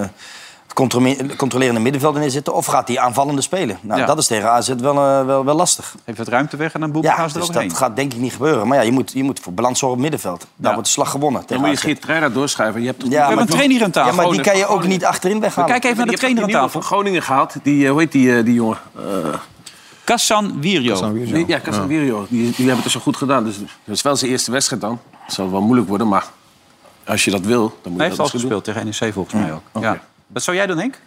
Speaker 5: het controme- controlerende middenveld in zitten... of gaat hij aanvallende spelen? Nou,
Speaker 2: Ja.
Speaker 5: dat is tegen AZ wel, eh, wel, wel lastig.
Speaker 2: Heeft wat ruimte weg en dan boeken
Speaker 5: Ja,
Speaker 2: gaan
Speaker 5: dus
Speaker 2: ze er
Speaker 5: dat
Speaker 2: ook heen.
Speaker 5: gaat denk ik niet gebeuren. Maar ja, je moet, je moet voor balans zorgen op het middenveld. Daar wordt de slag gewonnen.
Speaker 6: Dan
Speaker 5: tegen
Speaker 6: moet je
Speaker 5: AZ.
Speaker 6: Geert Treina doorschuiven. Je hebt toch
Speaker 5: Ja, maar
Speaker 2: een trainer aan tafel. Oh,
Speaker 5: Ja, maar die
Speaker 6: Groningen-
Speaker 5: kan je ook niet achterin weghalen.
Speaker 2: We kijken even naar de
Speaker 6: Je hebt
Speaker 2: trainer
Speaker 6: die
Speaker 2: aan
Speaker 6: nieuwe
Speaker 2: tafel.
Speaker 6: van Groningen gehaald. Die, eh, hoe heet die, eh, die jongen? Eh,
Speaker 2: Kassan Wierio.
Speaker 6: die- ja, Casemiro. Die, die hebben het dus zo goed gedaan. Dus dat is wel zijn eerste wedstrijd dan. Dat zal wel moeilijk worden, maar als je dat wil, dan moet je
Speaker 2: Hij
Speaker 6: dat
Speaker 2: heeft al
Speaker 6: dus
Speaker 2: gespeeld tegen NEC volgens mij ook. Ja. Wat zou jij doen, Henk?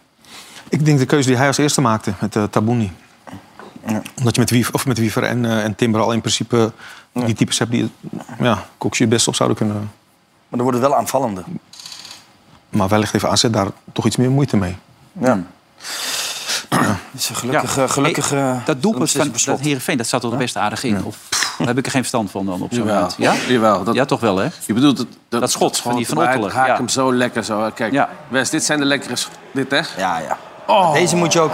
Speaker 3: Ik denk de keuze die hij als eerste maakte met eh Tabouni. Omdat je met Wiever, of met Wiever en, eh, en Timber al in principe die types hebt die ja, Coxie het best op zouden kunnen.
Speaker 5: Maar dan wordt het wel aanvallende.
Speaker 2: Hmm.
Speaker 3: Maar wellicht heeft AZ daar toch iets meer moeite mee.
Speaker 5: Ja. Dus gelukkig,
Speaker 2: Hmm. Ja.
Speaker 5: eh, gelukkig
Speaker 2: Hey,
Speaker 5: eh,
Speaker 2: dat doelpunt van
Speaker 5: beslist het per
Speaker 2: dat
Speaker 5: slot.
Speaker 2: Heerenveen, dat zat er best aardig in. Of, pff, daar heb ik er geen verstand van dan op zo'n moment. Ja?
Speaker 6: Jawel, dat,
Speaker 2: ja, toch wel, hè?
Speaker 6: Je bedoelt het, dat,
Speaker 2: schot van die Van Ottelen,
Speaker 6: Haak
Speaker 2: ja.
Speaker 6: hem zo lekker zo. hè. Kijk,
Speaker 2: Ja.
Speaker 6: Wes, dit zijn de lekkere... sch- Dit, hè?
Speaker 5: Ja, ja.
Speaker 2: Oh.
Speaker 5: Deze moet je ook...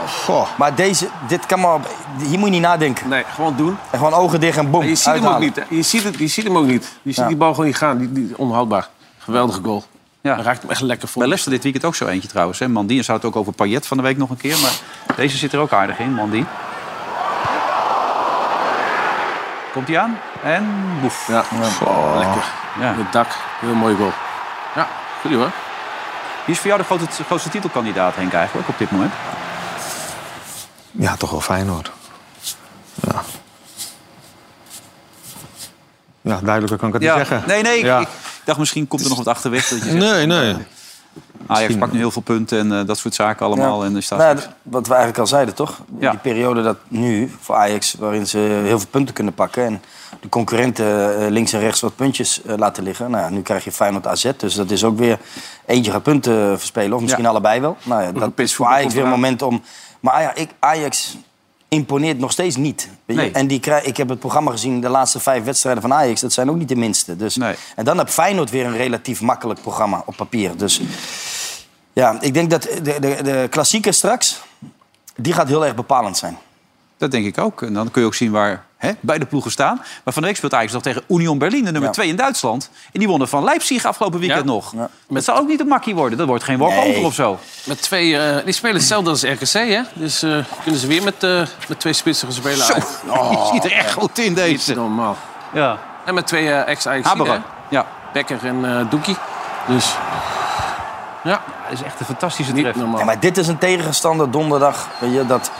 Speaker 5: Maar deze, dit kan maar... op- Hier moet je niet nadenken.
Speaker 6: Nee, gewoon doen.
Speaker 5: En gewoon ogen dicht en boem,
Speaker 6: Je ziet hem ook
Speaker 5: uithalen.
Speaker 6: niet. hè. Je ziet, het, je ziet hem ook niet. Je ziet
Speaker 5: Ja.
Speaker 6: die bal gewoon niet gaan. Die, die, onhoudbaar. Geweldige goal.
Speaker 2: Ja.
Speaker 6: Hij raakt hem echt lekker vol.
Speaker 2: Bij Leicester dit weekend ook zo eentje trouwens. Hè? Mandien zou het ook over Payet van de week nog een keer. Maar deze zit er ook aardig in, Mandien. Komt hij aan? En boef.
Speaker 6: Ja, lekker.
Speaker 2: Ja.
Speaker 6: Het dak. Heel mooi goal. Ja, goed hoor.
Speaker 2: Wie is voor jou de grootste, grootste titelkandidaat, Henk, eigenlijk op dit moment?
Speaker 3: Ja, toch wel Feyenoord. Ja. Ja, duidelijker kan ik het niet zeggen.
Speaker 2: Nee, nee. Ik,
Speaker 3: Ja.
Speaker 2: ik dacht misschien komt er nog wat achterweg. Dat je zegt,
Speaker 3: Nee, nee.
Speaker 2: Ajax pakt nu heel veel punten en eh, dat soort zaken allemaal. En er staat
Speaker 5: Nou ja, d- wat we eigenlijk al zeiden, toch? Die periode dat nu voor Ajax, waarin ze heel veel punten kunnen pakken... en de concurrenten eh, links en rechts wat puntjes eh, laten liggen. Nou ja, nu krijg je Feyenoord AZ, dus dat is ook weer... eentje gaat punten verspelen, of misschien
Speaker 6: Ja.
Speaker 5: allebei wel. Nou ja, dat is voor Ajax weer een moment om... Maar Aja- ik- Ajax imponeert nog steeds niet. Weet je?
Speaker 6: Nee.
Speaker 5: En die krijg, ik heb het programma gezien, de laatste vijf wedstrijden van Ajax... dat zijn ook niet de minste. Dus, En dan heb Feyenoord weer een relatief makkelijk programma op papier. Dus... Ja, ik denk dat de, de, de klassieker straks, die gaat heel erg bepalend zijn.
Speaker 2: Dat denk ik ook. En dan kun je ook zien waar hè, beide ploegen staan. Maar van de week speelt Ajax nog tegen Union Berlin, de nummer 2 in Duitsland. En die wonnen van Leipzig afgelopen weekend nog. Dat zal ook niet een makkie worden. Dat wordt geen walkover
Speaker 6: Nee.
Speaker 2: of zo.
Speaker 6: Met twee, eh, die spelen hetzelfde als RKC, hè? Dus eh, kunnen ze weer met, eh, met twee spitsen gaan spelen. Ah,
Speaker 2: Zo,
Speaker 5: Oh.
Speaker 2: je ziet er echt goed in deze.
Speaker 6: Niet normaal.
Speaker 2: Ja.
Speaker 6: En met twee eh ex-Ajax.
Speaker 2: Haberen,
Speaker 6: Ja. Becker en eh Doekie. Dus ja,
Speaker 2: dat is echt een fantastische
Speaker 6: treffer.
Speaker 5: Ja, maar dit is een tegenstander donderdag. Weet je, dat,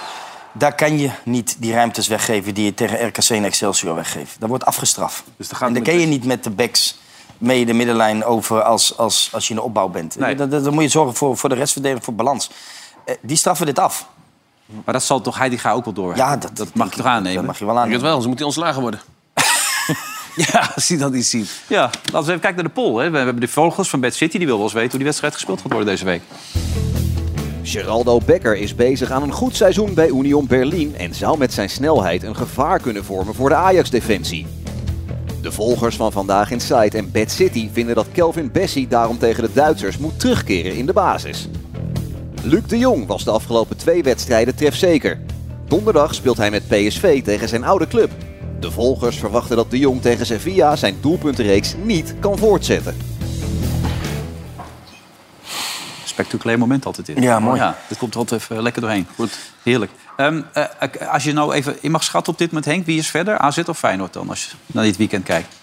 Speaker 5: daar kan je niet die ruimtes weggeven die je tegen RKC en Excelsior weggeeft. Dat wordt afgestraft.
Speaker 2: Dus
Speaker 5: en dan kan je niet met de backs mee de middenlijn over als, als, als je in de opbouw bent.
Speaker 2: Nee.
Speaker 5: Dan, dan- dan moet je zorgen voor, voor de restverdediging, voor balans. Eh, die straffen dit af.
Speaker 2: Maar dat zal toch Heidega ook wel door.
Speaker 5: Ja, dat,
Speaker 2: mag je toch aannemen? Dat
Speaker 5: mag je wel aannemen.
Speaker 6: Ik het wel, ze moeten ontslagen worden. ja, zie dat niet zien.
Speaker 2: Ja, laten we even kijken naar de poll. Hè. We hebben de vogels van Bad City. Die wil wel eens weten hoe die wedstrijd gespeeld gaat worden deze week.
Speaker 4: Geraldo Becker is bezig aan een goed seizoen bij Union Berlin en zou met zijn snelheid een gevaar kunnen vormen voor de Ajax-defensie. De volgers van Vandaag Inside en Bad City vinden dat Kelvin Bessie daarom tegen de Duitsers moet terugkeren in de basis. Luc de Jong was de afgelopen twee wedstrijden trefzeker. Donderdag speelt hij met PSV tegen zijn oude club. De volgers verwachten dat de Jong tegen Sevilla zijn doelpuntenreeks niet kan voortzetten.
Speaker 2: spectaculair moment altijd in. Oh
Speaker 5: Ja, mooi.
Speaker 2: Ja, dit komt er altijd even lekker doorheen. Goed. Heerlijk. Ehm, eh, eh, als je nou even in mag schatten op dit moment, Henk, wie is verder? AZ of Feyenoord dan, als je naar dit weekend kijkt?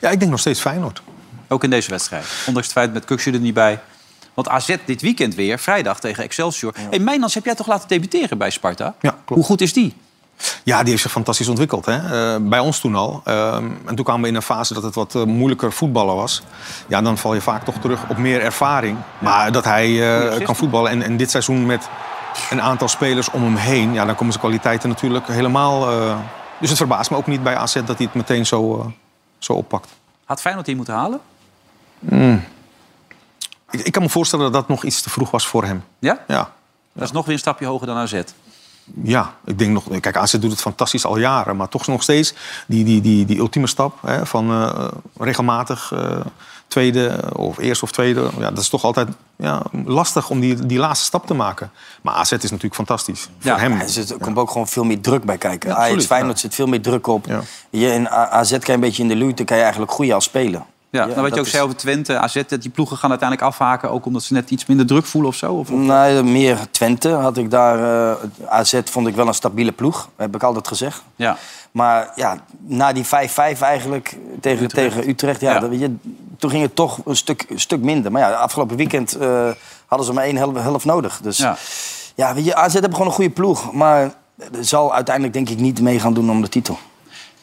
Speaker 3: Ja, ik denk nog steeds Feyenoord.
Speaker 2: Ook in deze wedstrijd. Ondanks het feit met Kuksje er niet bij. Want AZ dit weekend weer, vrijdag tegen Excelsior. Hey, Mijnans heb jij toch laten debuteren bij Sparta?
Speaker 3: Ja, klopt.
Speaker 2: Hoe goed is die?
Speaker 3: Ja, die heeft zich fantastisch ontwikkeld. Hè? Eh, bij ons toen al. Ehm, en toen kwamen we in een fase dat het wat eh, moeilijker voetballen was. Ja, dan val je vaak toch terug op meer ervaring. Maar dat hij eh, kan voetballen. En, en dit seizoen met een aantal spelers om hem heen. Ja, dan komen zijn kwaliteiten natuurlijk helemaal... eh, dus het verbaast me ook niet bij AZ dat hij het meteen zo, eh, zo oppakt.
Speaker 2: Had Feyenoord die moeten halen?
Speaker 3: Mm. Ik, ik kan me voorstellen dat dat nog iets te vroeg was voor hem.
Speaker 2: Ja?
Speaker 3: Ja.
Speaker 2: Dat is nog weer een stapje hoger dan AZ.
Speaker 3: Ja, ik denk nog. Kijk, AZ doet het fantastisch al jaren. Maar toch nog steeds die, die, die, die ultieme stap hè, van eh, regelmatig eh, tweede of eerste of tweede. Ja, dat is toch altijd ja, lastig om die, die laatste stap te maken. Maar AZ is natuurlijk fantastisch.
Speaker 5: Ja,
Speaker 3: Voor hem.
Speaker 5: Er zit- er komt ook gewoon veel meer druk bij kijken. Ajax,
Speaker 3: absoluut,
Speaker 5: Feyenoord zit veel meer druk op. Je, in A- AZ kan je een beetje in de luwte, kan je eigenlijk goede als spelen.
Speaker 2: Ja, nou wat
Speaker 5: dat
Speaker 2: je ook
Speaker 5: is-
Speaker 2: zei over Twente, AZ, dat die ploegen gaan uiteindelijk afhaken... ook omdat ze net iets minder druk voelen of zo? Of,
Speaker 5: Mm.
Speaker 2: of-
Speaker 5: Nee, meer Twente had ik daar. eh, AZ vond ik wel een stabiele ploeg, heb ik altijd gezegd.
Speaker 2: Ja.
Speaker 5: Maar ja, na die 5-5 eigenlijk tegen Utrecht, tegen Utrecht ja,
Speaker 2: Ja.
Speaker 5: dat weet je, toen ging het toch een stuk, een stuk minder. Maar ja, afgelopen weekend eh, hadden ze maar één helft, helft nodig. Dus ja, weet je, AZ hebben gewoon een goede ploeg. Maar zal uiteindelijk denk ik niet mee gaan doen om de titel.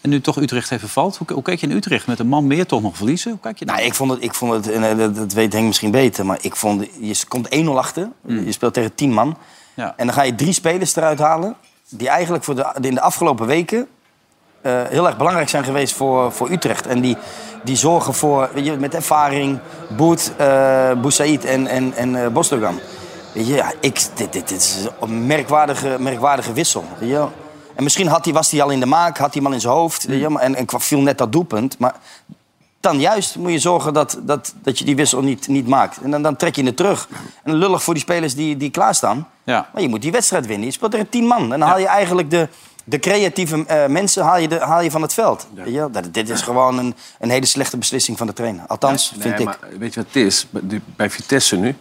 Speaker 2: En nu toch Utrecht even valt. Hoe, hoe kijk je in Utrecht met een man meer toch nog verliezen? Hoe kijk je
Speaker 5: Nou, ik vond het, ik vond het en eh, dat, dat weet Henk misschien beter, maar ik vond, je komt 1-0 achter, je speelt tegen 10 man.
Speaker 2: Mm. Ja.
Speaker 5: En dan ga je drie spelers eruit halen die eigenlijk voor de, in de afgelopen weken eh, heel erg belangrijk zijn geweest voor, voor Utrecht. En die, die zorgen voor, weet je, met ervaring, Boet, eh Boussaïd en, en, en eh, Bosdogan. Weet je, ja, ik, dit, dit, dit is een merkwaardige, merkwaardige wissel. Weet je. wel. En misschien had die, was hij al in de maak, had hij hem al in zijn hoofd. Weet je,
Speaker 2: Mm.
Speaker 5: wel, maar- en, en kwam- viel net dat doelpunt. Maar dan juist moet je zorgen dat, dat, dat je die wissel niet, niet maakt. En dan, dan trek je het terug. En lullig voor die spelers die, die klaarstaan.
Speaker 2: Ja.
Speaker 5: Maar je moet die wedstrijd winnen. Je speelt tegen tien man. En dan haal je eigenlijk de, de creatieve eh, mensen haal je de, haal je van het veld. Weet je wel? Dat, dit is gewoon een, een hele slechte beslissing van de trainer. Althans,
Speaker 4: Nee,
Speaker 5: vind ik.
Speaker 4: maar eh, weet je wat het is? Bij, die- bij Vitesse nu,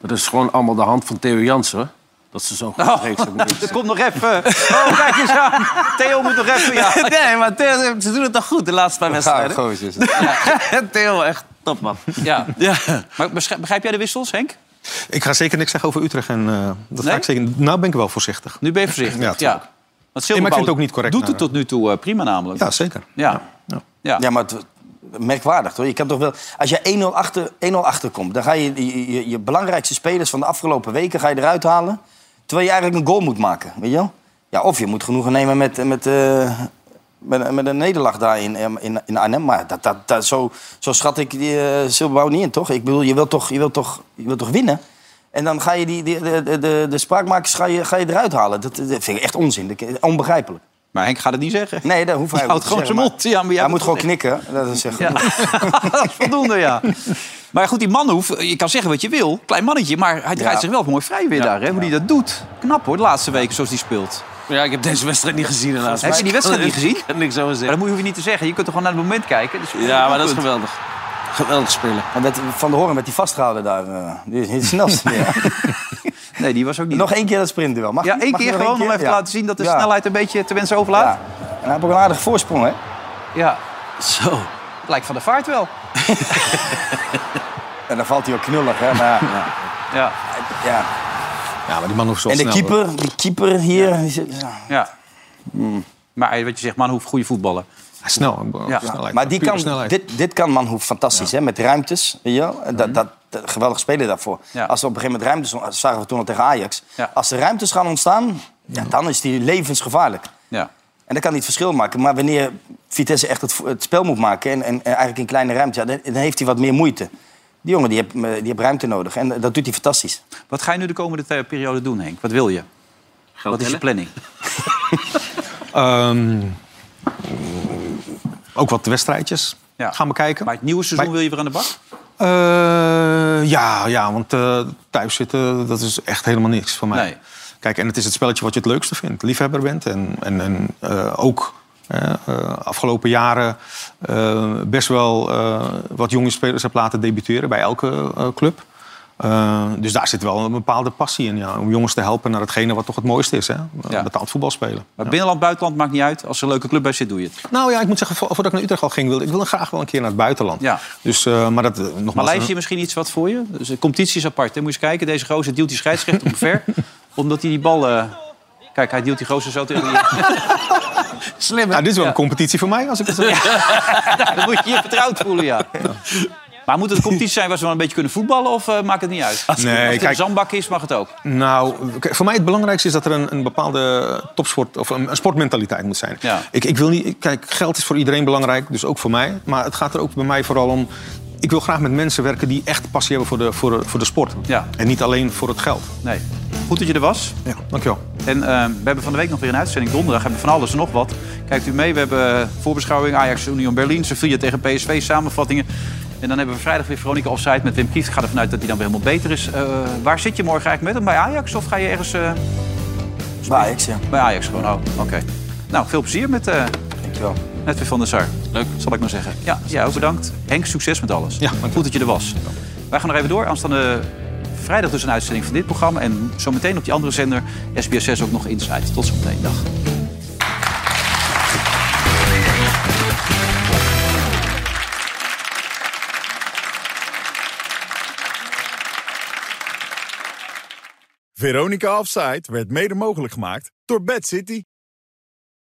Speaker 4: dat is gewoon allemaal de hand van Theo Jansen. hoor. Dat ze zo'n goede
Speaker 2: Oh,
Speaker 4: reeks hebben.
Speaker 2: dat komt nog even. Oh, kijk eens aan. Theo moet nog even, ja.
Speaker 4: Nee, maar Theo, ze doen het toch goed de laatste paar wedstrijden?
Speaker 2: gouden
Speaker 4: goos is Theo, echt top, man.
Speaker 2: Ja. Maar besch- begrijp jij de wissels, Henk?
Speaker 3: Ik ga zeker niks zeggen over Utrecht. En, eh, dat
Speaker 2: Nee?
Speaker 3: ga ik zeker, nou ben ik wel voorzichtig.
Speaker 2: Nu ben je voorzichtig.
Speaker 3: Ja,
Speaker 2: Ja.
Speaker 3: tuurlijk.
Speaker 2: Want
Speaker 3: Nee, maar ik vind
Speaker 2: Silberbouw
Speaker 3: het ook niet correct
Speaker 2: Doet het
Speaker 3: naar-
Speaker 2: tot nu toe eh, prima namelijk.
Speaker 3: Ja, zeker.
Speaker 2: Ja.
Speaker 3: Ja.
Speaker 2: Ja.
Speaker 5: maar het, merkwaardig toch? Je kan toch wel, als je 1-0 achter, 1-0 achterkomt, dan ga je je, je je belangrijkste spelers van de afgelopen weken ga je eruit halen. Terwijl je eigenlijk een goal moet maken. Weet je wel? Ja, of je moet genoegen nemen met, met, eh, met, met een nederlaag daar in, eh, in, in Arnhem. Maar dat, dat, dat, zo, zo schat ik die, eh, Silberbouw niet in, toch? Ik bedoel, je wilt toch, je wilt toch, je wilt toch winnen? En dan ga je die, die, de, de, de, de spraakmakers ga je, ga je eruit halen. Dat, dat vind ik echt onzin. Dat- Onbegrijpelijk.
Speaker 2: Maar Henk gaat het niet zeggen.
Speaker 5: Nee, dat hoeft hij
Speaker 2: Hij houdt
Speaker 5: ook
Speaker 2: gewoon
Speaker 5: niet te
Speaker 2: zijn
Speaker 5: zeggen,
Speaker 2: mond. Ja, maar
Speaker 5: maar
Speaker 2: jij moet
Speaker 5: Hij moet gewoon
Speaker 2: het-
Speaker 5: knikken. Dat is echt genoeg.
Speaker 2: dat is voldoende, ja. Maar goed, die Manhoef, je kan zeggen wat je wil. Klein mannetje, maar hij draait
Speaker 4: Ja.
Speaker 2: zich wel mooi vrij weer daar. Hè, hoe hij dat doet. Knap hoor, de laatste weken zoals hij speelt.
Speaker 4: Ja, ik heb deze wedstrijd niet gezien helaas.
Speaker 2: Heb je die wedstrijd niet gezien?
Speaker 4: Ik heb niks over
Speaker 2: Maar dat
Speaker 4: zeggen.
Speaker 2: moet je, hoef je niet te zeggen. Je kunt er gewoon naar het moment kijken. Dus
Speaker 4: Ja, maar dat is geweldig. Geweldig spelen.
Speaker 5: En met Van der Horen met die vastgehouden daar. eh, die is niet snel meer.
Speaker 2: Nee, die was ook niet.
Speaker 5: Nog één keer dat sprintduel. Mag
Speaker 2: ja,
Speaker 5: ik-
Speaker 2: één
Speaker 5: mag ik
Speaker 2: keer
Speaker 5: nog
Speaker 2: gewoon om even te
Speaker 5: Ja.
Speaker 2: laten zien dat de
Speaker 5: Ja.
Speaker 2: snelheid een beetje te wensen overlaat.
Speaker 5: Ja. En hij heeft ook een aardige voorsprong, hè?
Speaker 2: Ja,
Speaker 4: Zo.
Speaker 2: het lijkt van de vaart wel.
Speaker 5: En dan valt hij ook knullig, hè? Maar, ja.
Speaker 2: Ja,
Speaker 5: Ja.
Speaker 3: Ja, maar die man hoeft zo
Speaker 5: En de
Speaker 3: snel-
Speaker 5: keeper, die keeper hier. die zit- ja.
Speaker 2: ja. Mm. Maar wat je zegt, Manhoef, goede voetballer.
Speaker 3: eh, Snel.
Speaker 2: Ja.
Speaker 3: snelheid.
Speaker 5: Maar die
Speaker 3: Pure
Speaker 5: kan,
Speaker 3: snelheid.
Speaker 5: dit, dit kan Manhoef fantastisch, hè? Met ruimtes. Weet je wel? dat, dat, dat- geweldig spelen daarvoor.
Speaker 2: Mhm. Ja.
Speaker 5: Als er op een gegeven moment ruimtes... Dat zagen we toen al tegen Ajax. Als er ruimtes gaan ontstaan, ja,
Speaker 2: Mhm.
Speaker 5: dan is die levensgevaarlijk.
Speaker 2: Ja.
Speaker 5: En dat kan niet verschil maken. Maar wanneer Vitesse echt het, vo- het spel moet maken... En, en, en eigenlijk in kleine ruimte, ja, dan, dan heeft hij wat meer moeite. Die jongen die heeft, eh, die heeft ruimte nodig. En eh, dat doet hij fantastisch.
Speaker 2: Wat ga je nu de komende eh, periode doen, Henk? Wat wil je? wat is je planning?
Speaker 3: Ehm, ook wat wedstrijdjes gaan bekijken.
Speaker 2: Maar het nieuwe seizoen
Speaker 3: Maar-
Speaker 2: wil je weer aan de bak?
Speaker 3: Eh, ja, ja, want eh, thuis zitten, dat is echt helemaal niks voor mij.
Speaker 2: Nee.
Speaker 3: Kijk, en het is het spelletje wat je het leukste vindt. Liefhebber bent en, en, en eh, ook eh, eh, afgelopen jaren eh, best wel eh, wat jonge spelers heb laten debuteren bij elke eh, club. Eh, dus daar zit wel een bepaalde passie in. Ja, om jongens te helpen naar hetgene wat toch het mooiste is. Hè? eh, Betaald voetbal spelen.
Speaker 2: Maar binnenland, buitenland maakt niet uit. Als er een leuke club bij zit, doe je het.
Speaker 3: Nou ja, ik moet zeggen, vo- voordat ik naar Utrecht al ging, wilde ik wilde graag wel een keer naar het buitenland.
Speaker 2: Ja.
Speaker 3: Dus, eh, maar dat, eh, nogmaals,
Speaker 2: Maar lijst je misschien iets wat voor je? Dus de competitie is apart. Hè? Moet je eens kijken. Deze gozer duwt die scheidsrechter omver. omdat hij die bal... eh, Kijk, hij duwt die gozer zo tegen die...
Speaker 3: Slim, nou, dit is wel een competitie voor mij, als ik het zo
Speaker 2: Nou, dan moet je je vertrouwd voelen, ja. Maar moet het een competitie zijn waar ze wel een beetje kunnen voetballen? Of eh, maakt het niet uit? Als
Speaker 3: Nee,
Speaker 2: het een
Speaker 3: kijk-
Speaker 2: zandbak is, mag het ook.
Speaker 3: Nou, k- voor mij het belangrijkste is dat er een, een bepaalde topsport of een, een sportmentaliteit moet zijn.
Speaker 2: Ja.
Speaker 3: Ik, ik wil niet, ik- kijk, geld is voor iedereen belangrijk, dus ook voor mij. Maar het gaat er ook bij mij vooral om. Ik wil graag met mensen werken die echt passie hebben voor de, voor, de- voor de sport.
Speaker 2: Ja.
Speaker 3: En niet alleen voor het geld.
Speaker 2: Nee. Goed dat je er was.
Speaker 3: Ja, dankjewel.
Speaker 2: En eh, we hebben van de week nog weer een uitzending. Donderdag hebben we van alles en nog wat. Kijkt u mee. We hebben eh, voorbeschouwing Ajax Union Berlin. Sevilla tegen PSV. Samenvattingen. En dan hebben we vrijdag weer Veronica Offside met Wim Kieft. Ik ga ervan uit dat hij dan weer helemaal beter is. Eh, waar zit je morgen eigenlijk met hem? Bij Ajax? Of ga je ergens... eh,
Speaker 5: Bij Ajax, ja.
Speaker 2: Bij Ajax gewoon. Oh, oké. Nou, veel plezier met... eh
Speaker 5: Dankjewel.
Speaker 2: Met Wim van der Sar. Leuk. Zal ik maar zeggen. Ja, jij ook bedankt. Henk, succes met alles. Ja, Goed dat je er was. Wij gaan nog even door. Aanstaande vrijdag dus een uitzending van dit programma. En zometeen op die andere zender SBS6 ook nog Inside. Tot zometeen. Dag.
Speaker 1: Veronica Offside werd mede mogelijk gemaakt door Bad City.